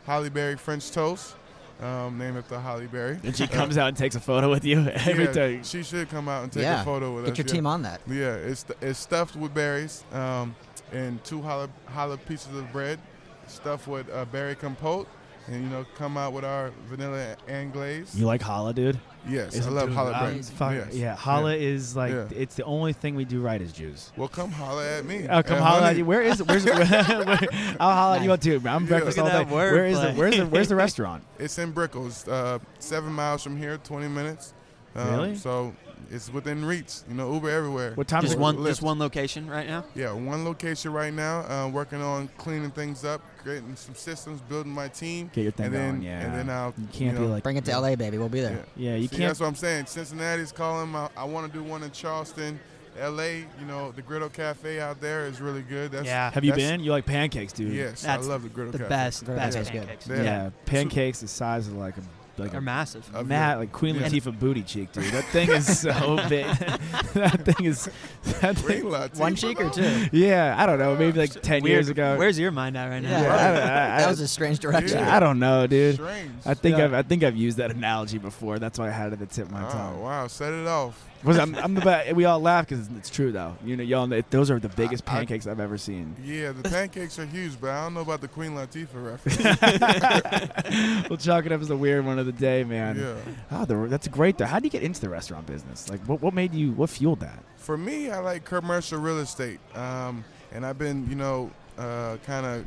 S12: Holly Berry French toast, um, named after Holly Berry. Uh,
S2: And she comes out and takes a photo with you every
S12: yeah,
S2: time.
S12: She should come out and take
S11: Yeah.
S12: a photo with
S11: Get
S12: us.
S11: your
S12: yeah.
S11: team on that.
S12: Yeah, it's it's stuffed with berries um, and two hollow, hollow pieces of bread, stuffed with uh, berry compote, and you know come out with our vanilla and glaze.
S2: You like challah, dude?
S12: Yes,
S2: It's-
S12: I love
S2: dude,
S12: challah
S2: I'm
S12: bread.
S2: fuck-
S12: Yes.
S2: Yeah, challah is like
S12: Yeah.
S2: it's the only thing we do right as Jews.
S12: Well, come holla at me.
S2: Oh, come
S12: and
S2: holla at
S12: honey.
S2: you. Where is where's where, I'll holla at you out too. bro. I'm
S12: Yeah.
S2: breakfast all
S11: Look at
S2: day.
S11: that word
S2: Where is the
S11: play.
S2: where's the where's the restaurant?
S12: It's in Brickles, uh, seven miles from here, 20 minutes. Um,
S2: Really?
S12: So it's within reach. You know, Uber everywhere.
S2: What time is
S6: Just
S2: it?
S6: one,
S12: Lyft.
S6: just one location right now.
S12: Yeah, one location right now. Uh, working on cleaning things up, creating some systems, building my team.
S2: Get your thing
S12: and then,
S2: going, yeah.
S12: And then I'll
S2: You can't
S12: know,
S2: be like
S11: Bring it to LA, baby. We'll be there.
S2: Yeah, you
S12: See,
S2: can't
S12: That's what I'm saying. Cincinnati's calling. I, I want to do one in Charleston, L.A. You know, the Griddle Cafe out there is really good. That's,
S6: Yeah.
S2: Have you
S12: that's-
S2: been? You like pancakes, dude?
S12: Yes,
S6: That's
S12: I love the Griddle
S6: The
S12: Cafe.
S6: best,
S11: Very
S6: best
S11: nice. Good.
S6: pancakes.
S12: They
S2: Yeah,
S12: have
S2: pancakes the size of like a like
S6: They're
S2: a
S6: massive.
S12: Of
S2: Matt,
S12: your-
S2: like Queen
S12: Yeah.
S2: Latifah booty cheek, dude. That thing is so big. that thing is. That
S12: Green
S2: thing,
S12: Latifah,
S11: One cheek or
S12: though?
S11: two?
S2: yeah, I don't know. Maybe like ten years ago.
S6: Where's your mind at right now?
S11: Yeah.
S2: Yeah, I- I-
S11: that was a strange direction.
S12: Yeah.
S2: I don't know, dude.
S12: Strange.
S2: I think
S6: Yeah.
S2: I've I think I've used that analogy before. That's why I had it at the tip of my
S12: Oh,
S2: tongue.
S12: wow. Set it off.
S2: Was I'm, I'm the best. We all laugh because it's, it's true though. You know, y'all. know- Those are the biggest
S12: I-
S2: pancakes I, have ever seen.
S12: Yeah, the pancakes are huge, but I don't know about the Queen Latifah reference.
S2: we'll chalk it up as a weird one of the day, man.
S12: yeah.
S2: Ah, the, that's great though. How do you get into the restaurant business? Like, what what made you? What fueled that?
S12: For me, I like commercial real estate, um, and I've been, you know, uh, kind of,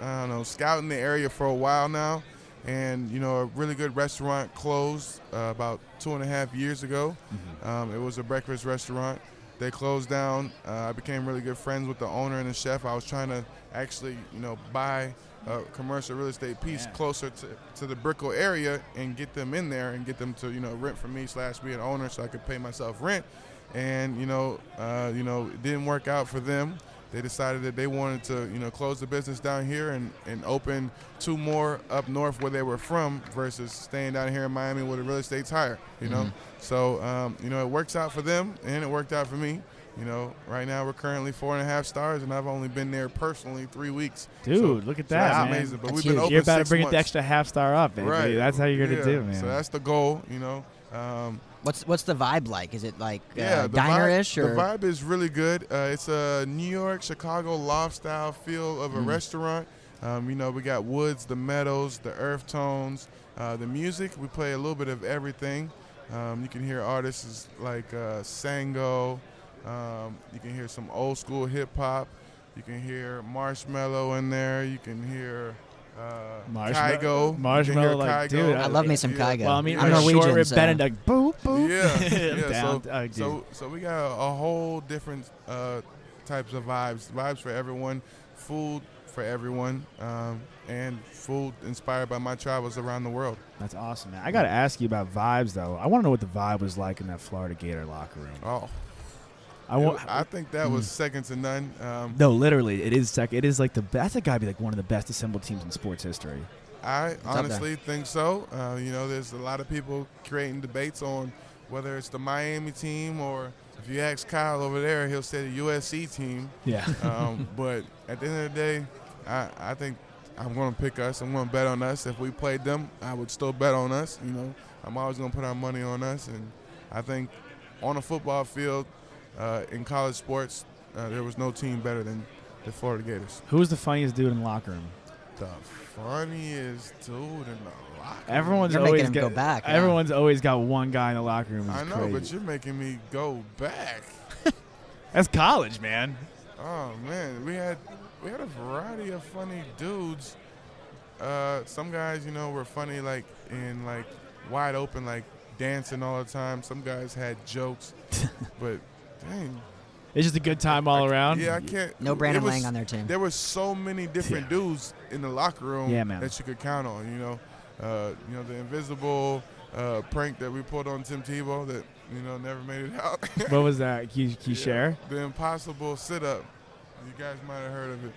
S12: I don't know, scouting the area for a while now. And you know, a really good restaurant closed uh, about two and a half years ago. Um, it was a breakfast restaurant. They closed down. Uh, I became really good friends with the owner and the chef. I was trying to actually, you know, buy a commercial real estate piece closer to, to the Brickell area and get them in there and get them to, you know, rent from me slash be an owner so I could pay myself rent. And you know, uh, you know, it didn't work out for them. They decided that they wanted to, you know, close the business down here and, and open two more up north where they were from versus staying down here in Miami where the real estate's higher, you know.
S2: Mm-hmm.
S12: So, um, you know, it works out for them and it worked out for me. You know, right now we're currently four and a half stars, and I've only been there personally three weeks.
S2: Dude,
S12: So-
S2: look at
S12: so
S2: that,
S12: that's
S2: man.
S12: amazing. But
S11: That's
S12: we've been
S11: huge.
S12: open
S2: you're about to
S12: six
S2: bring it
S12: months.
S2: the extra half star up, baby.
S12: Right.
S2: That's how you're gonna
S12: Yeah.
S2: do, man.
S12: So that's the goal, you know. Um,
S11: What's what's the vibe like? Is it like
S12: yeah,
S11: uh,
S12: the vibe-
S11: diner-ish or
S12: the vibe is really good. Uh, it's a New York, Chicago lifestyle feel of a
S11: Mm.
S12: restaurant. Um, you know, we got woods, the meadows, the earth tones, uh, the music. We play a little bit of everything. Um, you can hear artists like uh, Sango. Um, you can hear some old school hip hop. You can hear Marshmallow in there. You can hear uh,
S2: Marshma-
S12: Kygo. You can
S2: Marshmello,
S12: hear
S2: like,
S12: Kygo.
S2: dude,
S11: I love me some
S12: Yeah.
S11: Kygo.
S2: well, I mean,
S11: I'm
S2: like
S11: Norwegian.
S2: short rib
S11: so-
S2: Benedict. Boop boop.
S12: Yeah, yeah.
S2: Down-
S12: so,
S2: oh, dude.
S12: so, so we got a, a whole different uh, types of vibes. Vibes for everyone, food for everyone, um, and food inspired by my travels around the world.
S2: That's awesome, man. I gotta ask you about vibes though. I want to know what the vibe was like in that Florida Gator locker room.
S12: Oh,
S2: I Hmm.
S12: I,
S2: want.
S12: think that was second to none. Um,
S2: no, literally, it is. Sec- it is like the. That's a gotta be like one of the best assembled teams in sports history.
S12: I
S11: there.
S12: honestly think so. Uh, you know, there's a lot of people creating debates on whether it's the Miami team or if you ask Kyle over there, he'll say the USC team.
S2: Yeah.
S12: um, but at the end of the day, I, I think I'm going to pick us. I'm going to bet on us. If we played them, I would still bet on us. You know, I'm always going to put our money on us, and I think on a football field uh, in college sports. Uh, there was no team better than the Florida Gators.
S2: Who was the funniest dude in the locker room?
S12: The funniest dude in the locker.
S2: Everyone's
S12: room.
S2: always got, Everyone's always got one guy in the locker room. who's
S12: I know,
S2: crazy.
S12: but you're making me go back.
S2: that's college, man.
S12: Oh man, we had we had a variety of funny dudes. Uh, some guys, you know, were funny like in like wide open, like dancing all the time. Some guys had jokes, but dang,
S2: It's just a good time all around.
S12: yeah, I can't.
S11: No Brandon
S12: it was-
S11: Lang on their team.
S12: There were so many different dudes in the locker room
S2: Yeah, man.
S12: that you could count on. You know, uh, you know the invisible uh, prank that we pulled on Tim Tebow that you know never made it out.
S2: What was that? Can you, can you share?
S12: The impossible sit up. You guys might have heard of it,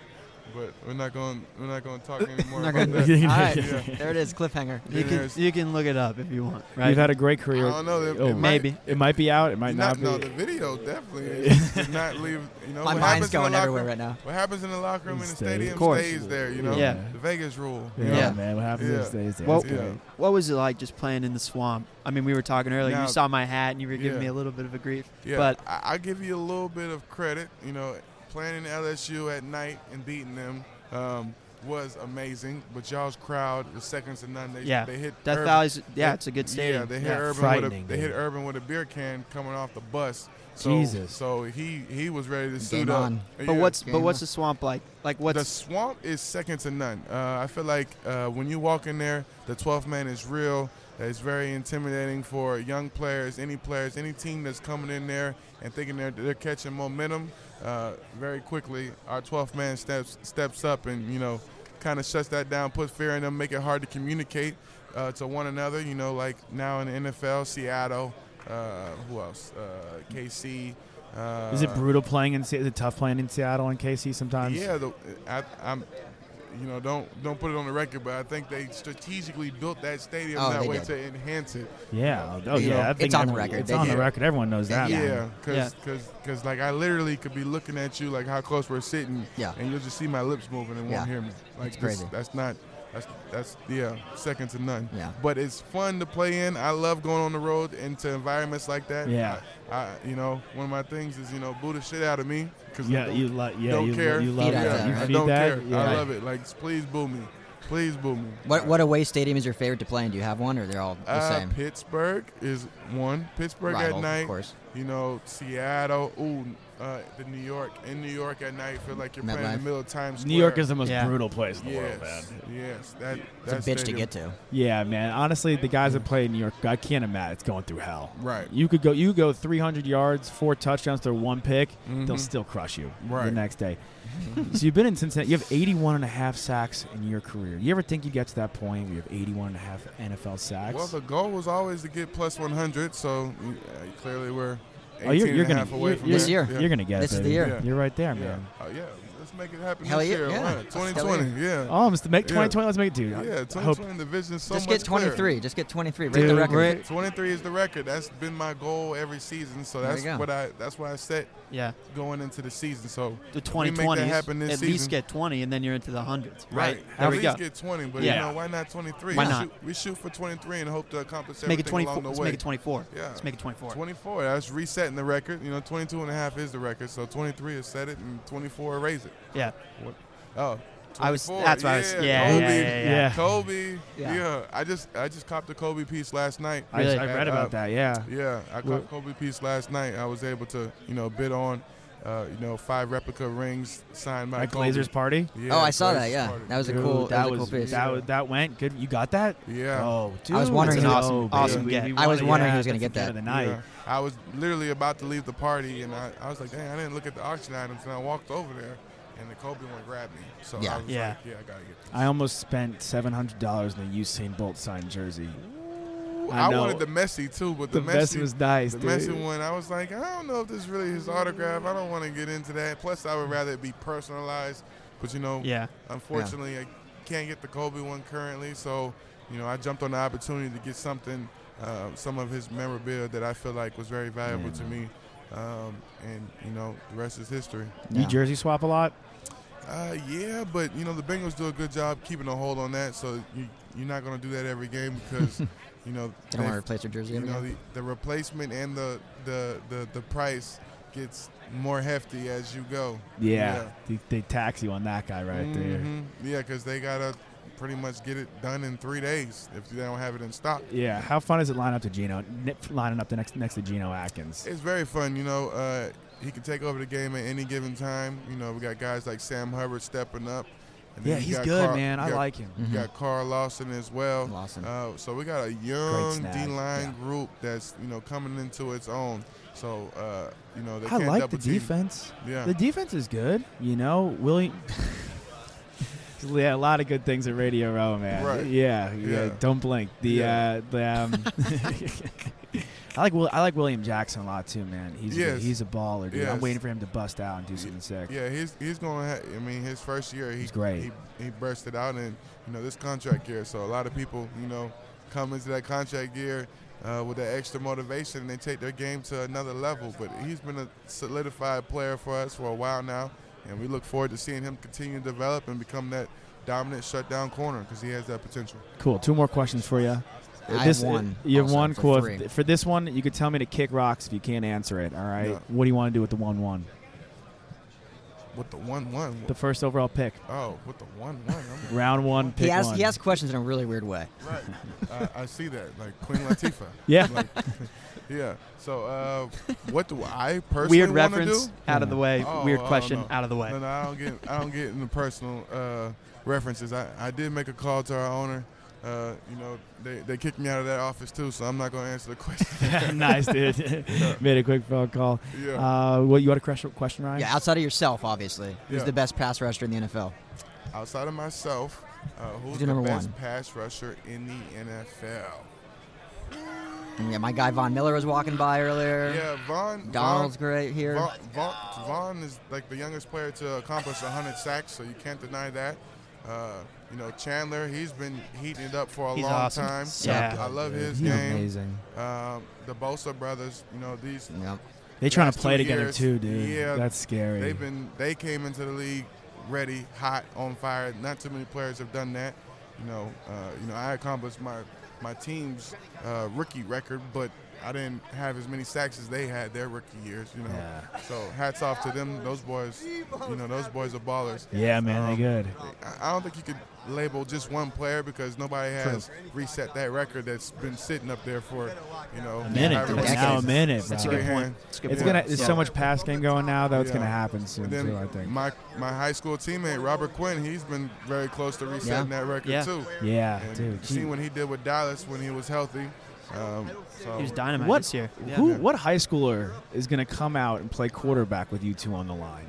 S12: but we're not going. We're not going to talk anymore.
S11: Not
S12: about
S11: gonna-
S12: that.
S11: All right,
S12: Yeah.
S11: there it is, cliffhanger.
S12: Yeah,
S6: You can
S12: there's-
S6: you can look it up if you want. Right?
S2: You've had a great career. Oh,
S12: I don't know, it- it might-
S2: maybe it might be out. It might
S12: Not,
S2: not,
S12: no,
S2: be.
S12: the video definitely is. Did not leave. You know,
S11: My
S12: what
S11: mind's
S12: happens in the
S11: going
S12: locker
S11: everywhere
S12: room-
S11: right now.
S12: What happens in the locker room in the
S2: Stays. Of
S12: stadium
S6: course.
S12: stays there. You know,
S6: Yeah.
S12: the Vegas rule. you
S2: yeah,
S12: know?
S2: man. What happens
S12: Yeah.
S2: is stays there.
S6: Well-
S2: It's great.
S6: What was it like just playing in the swamp? I mean, we were talking earlier.
S12: Now-
S6: you saw my hat and you were giving
S12: Yeah.
S6: me a little bit of a grief.
S12: Yeah,
S6: But
S12: I, I give you a little bit of credit. You know, playing in LSU at night and beating them um, was amazing. But y'all's crowd was second to none. They,
S6: Yeah.
S12: they hit
S6: Death
S12: Urban-
S6: Valley's yeah,
S12: they-
S6: it's a good
S12: Yeah,
S6: stadium.
S12: they hit
S2: Yeah,
S12: Urban with a,
S2: frightening,
S12: they hit
S2: dude.
S12: Urban with a beer can coming off the bus. So,
S2: Jesus.
S12: So he he was ready to suit
S11: Game
S12: up.
S11: on.
S6: But
S12: Yeah.
S6: what's but
S11: game.
S6: what's the swamp like? Like what's
S12: the swamp is second to none. Uh, I feel like uh, when you walk in there, the 12th man is real. It's very intimidating for young players, any players, any team that's coming in there and thinking they're, they're catching momentum. Uh, very quickly, our 12th man steps steps up and you know, kind of shuts that down, puts fear in them, make it hard to communicate uh, to one another. You know, like now in the NFL, Seattle, uh, who else? Uh, KC. Uh,
S2: is it brutal playing in? Se- Is it tough playing in Seattle and KC sometimes?
S12: yeah, the, I, I'm. You know, don't don't put it on the record, but I think they strategically built that stadium
S11: Oh,
S12: that
S11: they
S12: way
S11: did.
S12: to enhance it.
S2: Yeah. Oh
S11: You
S2: yeah.
S11: know,
S2: I think
S11: it's on the
S2: every-
S11: record.
S2: It's
S11: They
S2: on the
S11: did.
S2: record. Everyone knows that.
S12: Yeah,
S6: Yeah.
S12: because like I literally could be looking at you like how close we're sitting,
S11: Yeah.
S12: and you'll just see my lips moving and
S11: Yeah.
S12: won't hear me. Like
S11: It's
S12: this-
S11: crazy.
S12: that's not. That's that's yeah, second to none.
S11: Yeah.
S12: But it's fun to play in. I love going on the road into environments like that.
S2: Yeah.
S12: I, I you know one of my things is you know boo the shit out of me because
S2: Yeah, you lo- yeah,
S12: don't
S2: you,
S12: care.
S2: you love
S11: Feed
S2: that.
S11: out
S2: You
S11: there.
S12: I
S2: feed
S12: don't
S2: that.
S12: care.
S2: Yeah.
S12: I love it. Like, please boo me. Please boo me.
S11: What what away stadium is your favorite to play in? Do you have one, or they're all the
S12: Uh,
S11: same?
S12: Pittsburgh is one. Pittsburgh
S11: Rival,
S12: at
S11: of
S12: night.
S11: course.
S12: You know, Seattle. Ooh, uh, the New York. In New York at night, feel like you're playing in
S11: MetLife.
S12: the middle of Times Square.
S2: New York is the most
S6: Yeah.
S2: brutal place in the
S12: yes,
S2: world, man.
S12: Yes. That,
S11: It's a
S12: that
S11: bitch to
S12: stadium.
S11: get to.
S2: Yeah, man. Honestly, the guys that play in New York, I can't imagine it's going through hell.
S12: Right.
S2: You could go, you go 300 yards, four touchdowns to one pick. They'll
S12: Mhm.
S2: still crush you the
S12: Right.
S2: next day. so you've been in Cincinnati. You have 81 and a half sacks in your career. You ever think you get to that point where you have 81 and a half NFL sacks?
S12: Well, the goal was always to get plus 100, so uh, clearly we're 18
S2: Oh, you're- you're
S12: and a
S2: gonna-
S12: half away
S2: you're-
S12: from
S11: you're-
S12: that.
S11: This year.
S12: Yeah.
S2: You're gonna get
S11: This
S2: it,
S11: is the
S2: baby.
S11: year.
S12: Yeah.
S2: You're right there,
S12: yeah.
S2: man.
S12: Oh, yeah. Let's make it happen
S11: Hell
S12: this
S11: yeah,
S12: year.
S11: yeah.
S12: Why?
S11: Let's hell yeah.
S12: 2020. Yeah.
S2: Oh, I'm st- make
S12: Yeah.
S2: 2020. Let's make it, dude. I-
S12: Yeah,
S2: I hope
S12: 2020 the vision's so
S11: Just
S12: much
S11: get 23.
S12: clearer.
S11: Just get 23. Break the
S2: Dude,
S11: record.
S2: we're-
S12: 23 is the record. That's been my goal every season. So
S11: There
S12: that's
S11: you go.
S12: what I that's what I set
S6: yeah
S12: going into the season.
S6: the
S12: So we make that
S6: 2020s?
S12: happen this
S6: at
S12: season-
S6: least get 20 and then you're into the hundreds.
S12: At
S6: There we
S12: least
S6: go.
S12: get 20, but
S6: Yeah.
S12: you know why not 23?
S6: Why
S12: we,
S6: not?
S12: Shoot, we shoot for 23 and hope to accomplish
S6: Let's make it
S12: everything
S6: 24.
S12: along the
S6: Let's
S12: way.
S6: make it 24.
S12: Yeah.
S6: Let's make it 24.
S12: 24. That's resetting the record. You know, 22 and a half is the record. So 23 is set it and 24 erase it.
S6: Yeah.
S12: What? Oh.
S6: I was-
S12: 24.
S6: that's what I was- yeah,
S12: Kobe,
S6: yeah, yeah, yeah,
S2: yeah.
S12: Kobe.
S11: Yeah.
S12: Yeah. I just I just copped a Kobe piece last night.
S2: I,
S6: Really?
S2: I
S12: At,
S2: read
S12: uh,
S2: about that. Yeah.
S12: Yeah, I
S2: Well-
S12: caught Kobe piece last night. I was able to, you know, bid on, uh, you know, five replica rings signed by
S2: At
S12: Kobe.
S2: Glazers party.
S12: Yeah,
S11: oh, I saw
S12: Glazers
S11: that. Yeah,
S12: party.
S11: that was a
S2: Dude,
S11: cool.
S2: That,
S11: was, a cool piece.
S2: that was that went good. You got that?
S12: yeah.
S2: Oh, dude,
S11: was wondering
S2: that's
S11: who-
S6: Oh,
S2: awesome, baby.
S6: awesome
S2: We-
S6: get.
S2: we
S6: I
S2: wanted-
S11: was wondering
S2: yeah,
S11: who was gonna get
S2: that's the
S11: that.
S2: Get of the night.
S12: Yeah. I was literally about to leave the party, and I, I was like, dang, I didn't look at the auction items, and I walked over there, and the Kobe one grabbed me. So
S11: Yeah.
S12: I was
S6: Yeah.
S12: like, yeah, I gotta get. This.
S2: I almost spent seven hundred dollars on a Usain Bolt signed jersey. I
S12: I,
S2: know.
S12: wanted the Messi too, but
S2: The,
S12: the,
S2: best
S12: Messi
S2: was nice,
S12: The
S2: dude.
S12: Messi one, I was like, I don't know if this is really his autograph. I don't want to get into that. Plus, I would rather it be personalized. But you know,
S6: Yeah.
S12: Unfortunately, I can't get the Kobe one currently, so you know I jumped on the opportunity to get something, uh, some of his memorabilia that I feel like was very valuable
S2: Yeah,
S12: to me, um, and you know the rest is history.
S2: You jersey swap a lot?
S12: Uh, yeah, but you know the Bengals do a good job keeping a hold on that, so you, you're not going to do that every game because you know
S11: They don't wanna
S12: they've-
S11: replace their jersey
S12: You
S11: every
S12: know the,
S11: game.
S12: the replacement and the, the the the price gets more hefty as you go.
S2: Yeah, They, they tax you on that guy
S12: yeah,
S2: right there.
S12: Mhm. Yeah, because they gotta pretty much get it done in three days if they don't have it in stock.
S2: Yeah, how fun is it lining up to Geno? ni- Lining up the next next to Geno Atkins.
S12: It's very fun, you know. Uh, he can take over the game at any given time. You know, we got guys like Sam Hubbard stepping up. And then
S2: Yeah,
S12: you
S2: he's
S12: got
S2: good,
S12: Carl-
S2: man.
S12: you
S2: I
S12: got-
S2: like him.
S12: You
S2: Mhm.
S12: got Carl Lawson as well.
S11: Lawson.
S12: Uh, so we got a young
S2: snag,
S12: D line
S2: yeah.
S12: group that's you know coming into its own. So uh, you know they
S2: I
S12: can't
S2: like the
S12: double team.
S2: defense.
S12: Yeah.
S2: The defense is good. You know, William. yeah, a lot of good things at Radio Row, man.
S12: Right.
S2: Yeah, yeah,
S12: Yeah.
S2: Don't blink. The
S12: Yeah.
S2: uh, the um, I like Will, I like William Jackson a lot too, man. He's a,
S12: Yes.
S2: he's a baller, dude. I'm
S12: Yes.
S2: waiting for him to bust out and do something sick.
S12: Yeah, he's he's going. to Ha- I mean, his first year, he
S2: He's great.
S12: He, he burst it out, and you know this contract year. So a lot of people, you know, come into that contract year uh, with that extra motivation, and they take their game to another level. But he's been a solidified player for us for a while now, and we look forward to seeing him continue to develop and become that dominant shutdown corner because he has that potential.
S2: Cool. Two more questions for you.
S11: I have one
S2: You have
S11: also
S2: one.
S11: for
S2: Cool. If-
S11: three.
S2: for this one, you could tell me to kick rocks if you can't answer it. All right.
S12: Yeah.
S2: What do you want to do with the one one?
S12: With the one one.
S2: The first overall pick,
S12: oh, with the one one. I'm like,
S2: round one, pick
S11: He asks,
S2: one.
S11: he asks questions in a really weird way.
S12: right. Uh, I, I see that, like Queen Latifah.
S2: Yeah.
S12: Like, yeah. So, uh, what do I personally
S6: Weird
S12: wanna
S6: reference
S12: do?
S6: out of the way.
S12: Oh,
S6: Weird
S12: oh,
S6: question
S12: no.
S6: out of the way.
S12: No, no, I don't get. I don't get into personal uh, references. I, I did make a call to our owner. Uh, you know, they, they kicked me out of that office too, so I'm not gonna answer the question.
S2: nice, dude. Made a quick phone call.
S12: yeah.
S2: Uh, what you want a question, question, Ryan?
S11: Yeah, outside of yourself, obviously. Who's
S12: Yeah.
S11: the best pass rusher in the NFL?
S12: Outside of myself, uh, who's
S11: Who's your
S12: the
S11: number
S12: best
S11: one?
S12: pass rusher in the NFL?
S11: And yeah, my guy Von Miller was walking by earlier.
S12: Yeah, Von.
S11: Donald's
S12: Von,
S11: great here.
S12: Vaughn, Vaughn, Vaughn is like the youngest player to accomplish 100 sacks, so you can't deny that. Uh, you know, Chandler, he's been heating it up for a
S6: He's
S12: long
S6: awesome.
S12: time.
S6: So
S2: Yeah.
S12: I love his
S11: He's
S12: game.
S11: amazing.
S12: Um, the Bosa brothers, you know, these
S11: Yep.
S2: they trying to
S12: last
S2: play
S12: two
S2: together
S12: years,
S2: too, dude.
S12: yeah,
S2: that's scary.
S12: they've been they came into the league ready, hot, on fire. Not too many players have done that. You know, uh, you know, I accomplished my my team's uh, rookie record, but I didn't have as many sacks as they had their rookie years. You know,
S2: Yeah.
S12: so hats off to them. Those boys, you know, those boys are ballers.
S2: yeah, man,
S12: Um,
S2: they're good.
S12: I- I don't think you could label just one player because nobody has reset that record that's been sitting up there for, you know,
S2: A minute,
S12: however
S2: dude.
S12: many
S2: Now a
S12: years.
S2: minute,
S11: That's a
S2: bro.
S11: good point.
S2: It's
S12: Yeah.
S2: gonna. There's so
S12: So-
S2: much pass game going now that it's
S12: Yeah.
S2: gonna happen soon
S12: And then
S2: too. I think.
S12: my my high school teammate Robert Quinn, he's been very close to resetting that record
S6: Yeah.
S12: too.
S2: yeah,
S12: And
S2: dude.
S12: you seen what he did with Dallas when he was healthy. Um, so
S6: He was dynamite
S2: What-
S6: this year. Yeah.
S2: Who? What high schooler is gonna come out and play quarterback with you two on the line?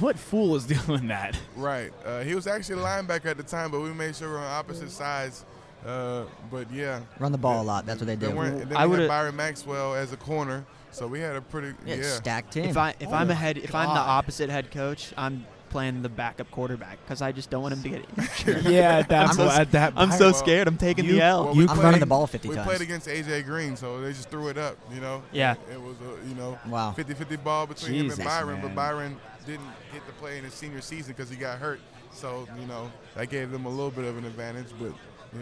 S2: what fool is doing that?
S12: right, uh, he was actually a linebacker at the time, but we made sure we we're on opposite sides. Uh, but yeah,
S11: Run the ball a lot. That's what they
S12: They
S11: do.
S12: weren't, and then
S6: I
S12: we
S6: would've-
S12: had Byron Maxwell as a corner, so we had a pretty
S11: yeah,
S12: yeah.
S11: it's stacked team.
S6: If I if
S11: Oh
S6: I'm
S11: my
S6: a head if I'm the
S11: God.
S6: opposite head coach, I'm playing the backup quarterback because I just don't want him to get injured.
S2: yeah, at that.
S11: I'm so-
S2: at that.
S6: I'm
S2: point.
S6: so
S12: Well,
S6: scared. I'm taking
S2: you-
S6: the L.
S12: Well,
S11: You
S12: we
S11: I'm
S12: played-
S11: running the ball 50
S12: We
S11: times.
S12: played against AJ Green, so they just threw it up. You know.
S6: Yeah.
S12: It was a you know
S11: Wow.
S12: 50-50 ball between him
S2: Jesus,
S12: and Byron,
S2: man.
S12: but Byron didn't get to play in his senior season because he got hurt. So you know that gave them a little bit of an advantage, but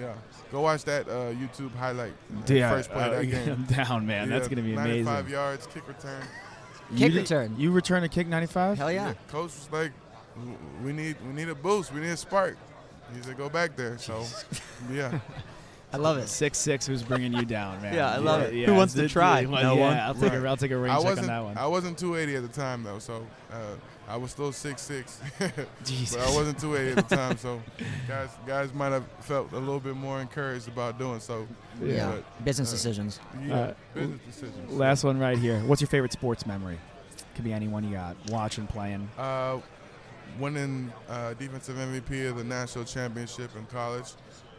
S12: yeah, go watch that uh, YouTube highlight. you know,
S2: Dude, yeah,
S12: first play of
S2: uh,
S12: that game.
S2: I'm down, man. That's
S12: Yeah,
S2: gonna be
S12: 95
S2: amazing.
S12: yards kick return.
S11: Kick
S2: You-
S11: return.
S2: You return a kick 95?
S11: Hell yeah.
S12: Coach was like, "W- we need we need a boost, we need a spark. He said, go back there. So yeah,
S11: I love it.
S2: Six six. Who's bringing you down, man?
S6: Yeah, I love it. Who wants to
S2: it's-
S6: try?
S2: yeah,
S6: No
S2: yeah,
S6: one.
S2: I'll take a
S12: Right.
S2: I'll take a rain
S12: I
S2: check on
S12: wasn't
S2: that one.
S12: I wasn't 280 at the time though, so uh, I was still 6'6".
S2: Jesus.
S12: But I wasn't 280 at the time, so guys guys might have felt a little bit more encouraged about doing so.
S11: Yeah.
S12: But,
S11: Business
S12: uh,
S11: decisions.
S12: yeah,
S2: Uh,
S12: business decisions.
S2: Last one right here. What's your favorite sports memory? Could be anyone you got. Watching, playing.
S12: Uh, winning uh, defensive MVP of the national championship in college,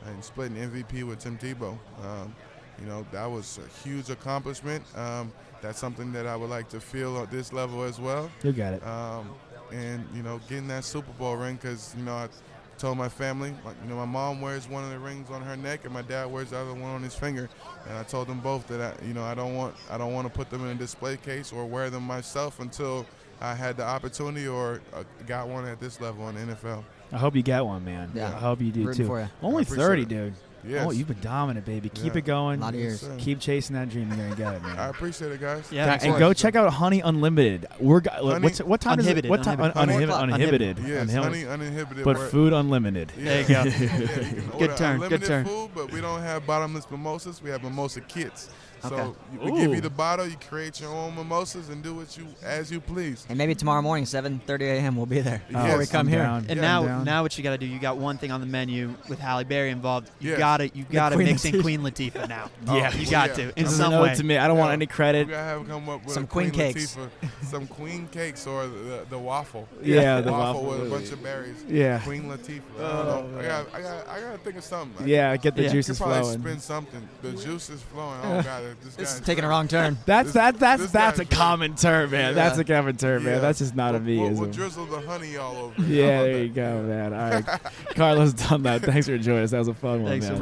S12: and splitting MVP with Tim Tebow. Um, you know that was a huge accomplishment. Um, that's something that I would like to feel at this level as well.
S2: You'll get it.
S12: um, and you know getting that Super Bowl ring because you know I told my family like, you know my mom wears one of the rings on her neck and my dad wears the other one on his finger and I told them both that I you know I don't want I don't want to put them in a display case or wear them myself until I had the opportunity or uh, got one at this level in the NFL.
S2: I hope you get one, man.
S12: Yeah.
S2: I hope you do
S12: Rooting
S2: too.
S12: for ya. I
S2: Only
S12: appreciate
S2: thirty,
S12: it.
S2: dude.
S12: Yes.
S2: Oh, you've been dominant, baby. Keep
S12: Yeah.
S2: it going.
S12: A lot of Yes, years. sir.
S2: Keep chasing that dream. You're gonna get it, man.
S12: I appreciate it, guys.
S2: Yeah, and go check out Honey Unlimited. We're go-
S12: Honey-
S2: what's, what time is it?
S12: Uninhibited,
S2: What time?
S12: uninhibited.
S2: Un-
S12: Four
S2: uninhibited.
S12: o'clock.
S2: uninhibited.
S12: Yes,
S2: Unhel-
S12: Honey Uninhibited,
S2: But
S12: where-
S2: food unlimited.
S12: Yeah. Yeah, you can order
S2: good turn. Good
S12: unlimited
S2: turn.
S12: Food, but we don't have bottomless mimosas. We have mimosa kits.
S11: Okay.
S12: So you- we give
S11: Ooh.
S12: you the bottle. You create your own mimosas and do what you as you please.
S11: And maybe tomorrow morning, 7:30 a.m., we'll be there before we come here.
S6: And now, now what you got to do? You got one thing on the menu with Halle Berry involved. You
S11: Yes.
S6: got to You
S11: The
S6: got to
S11: Queen
S6: mix in
S11: Latifah.
S6: Queen Latifah now.
S2: Yeah.
S6: you got
S12: Yeah.
S6: to in
S2: This is
S6: some
S2: an ode
S6: way.
S2: to me. I don't want any credit.
S12: We gotta have come up with
S2: Some
S12: a Queen,
S2: queen cakes.
S12: Latifah, some queen cakes or the, the waffle.
S2: Yeah, Yeah, the
S12: waffle,
S2: waffle.
S12: with a bunch of berries.
S2: Yeah.
S12: Queen Latifah.
S2: Oh,
S12: I, don't know. I, gotta, I, gotta, I gotta think of something. like
S2: Yeah,
S12: that.
S2: get the Yeah. juices
S12: You could probably
S2: flowing.
S12: spin something. The juice is flowing. Oh god, this,
S11: This
S12: guy
S11: is taking a wrong turn.
S2: That's
S12: This-
S2: that that's
S12: this
S2: that's a
S12: guy's
S2: common term, man.
S12: Yeah.
S2: That's a common term,
S12: Yeah.
S2: man. That's just not a
S12: We'll, we'll
S2: meism.
S12: drizzle the honey all over. it. How
S2: Yeah,
S12: about
S2: there you go, man. All right, Carlos done that. Thanks for joining us. That was a fun one, man.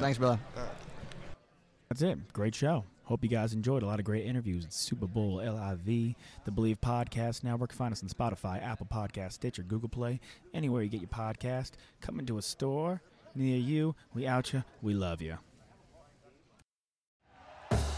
S11: Thanks, brother.
S2: That's it. Great show. Hope you guys enjoyed a lot of great interviews. It's Super Bowl LIV, the Believe Podcast Network. Find us on Spotify, Apple Podcast, Stitcher, Google Play, anywhere you get your podcast. Come into a store near you. We out you. We love you.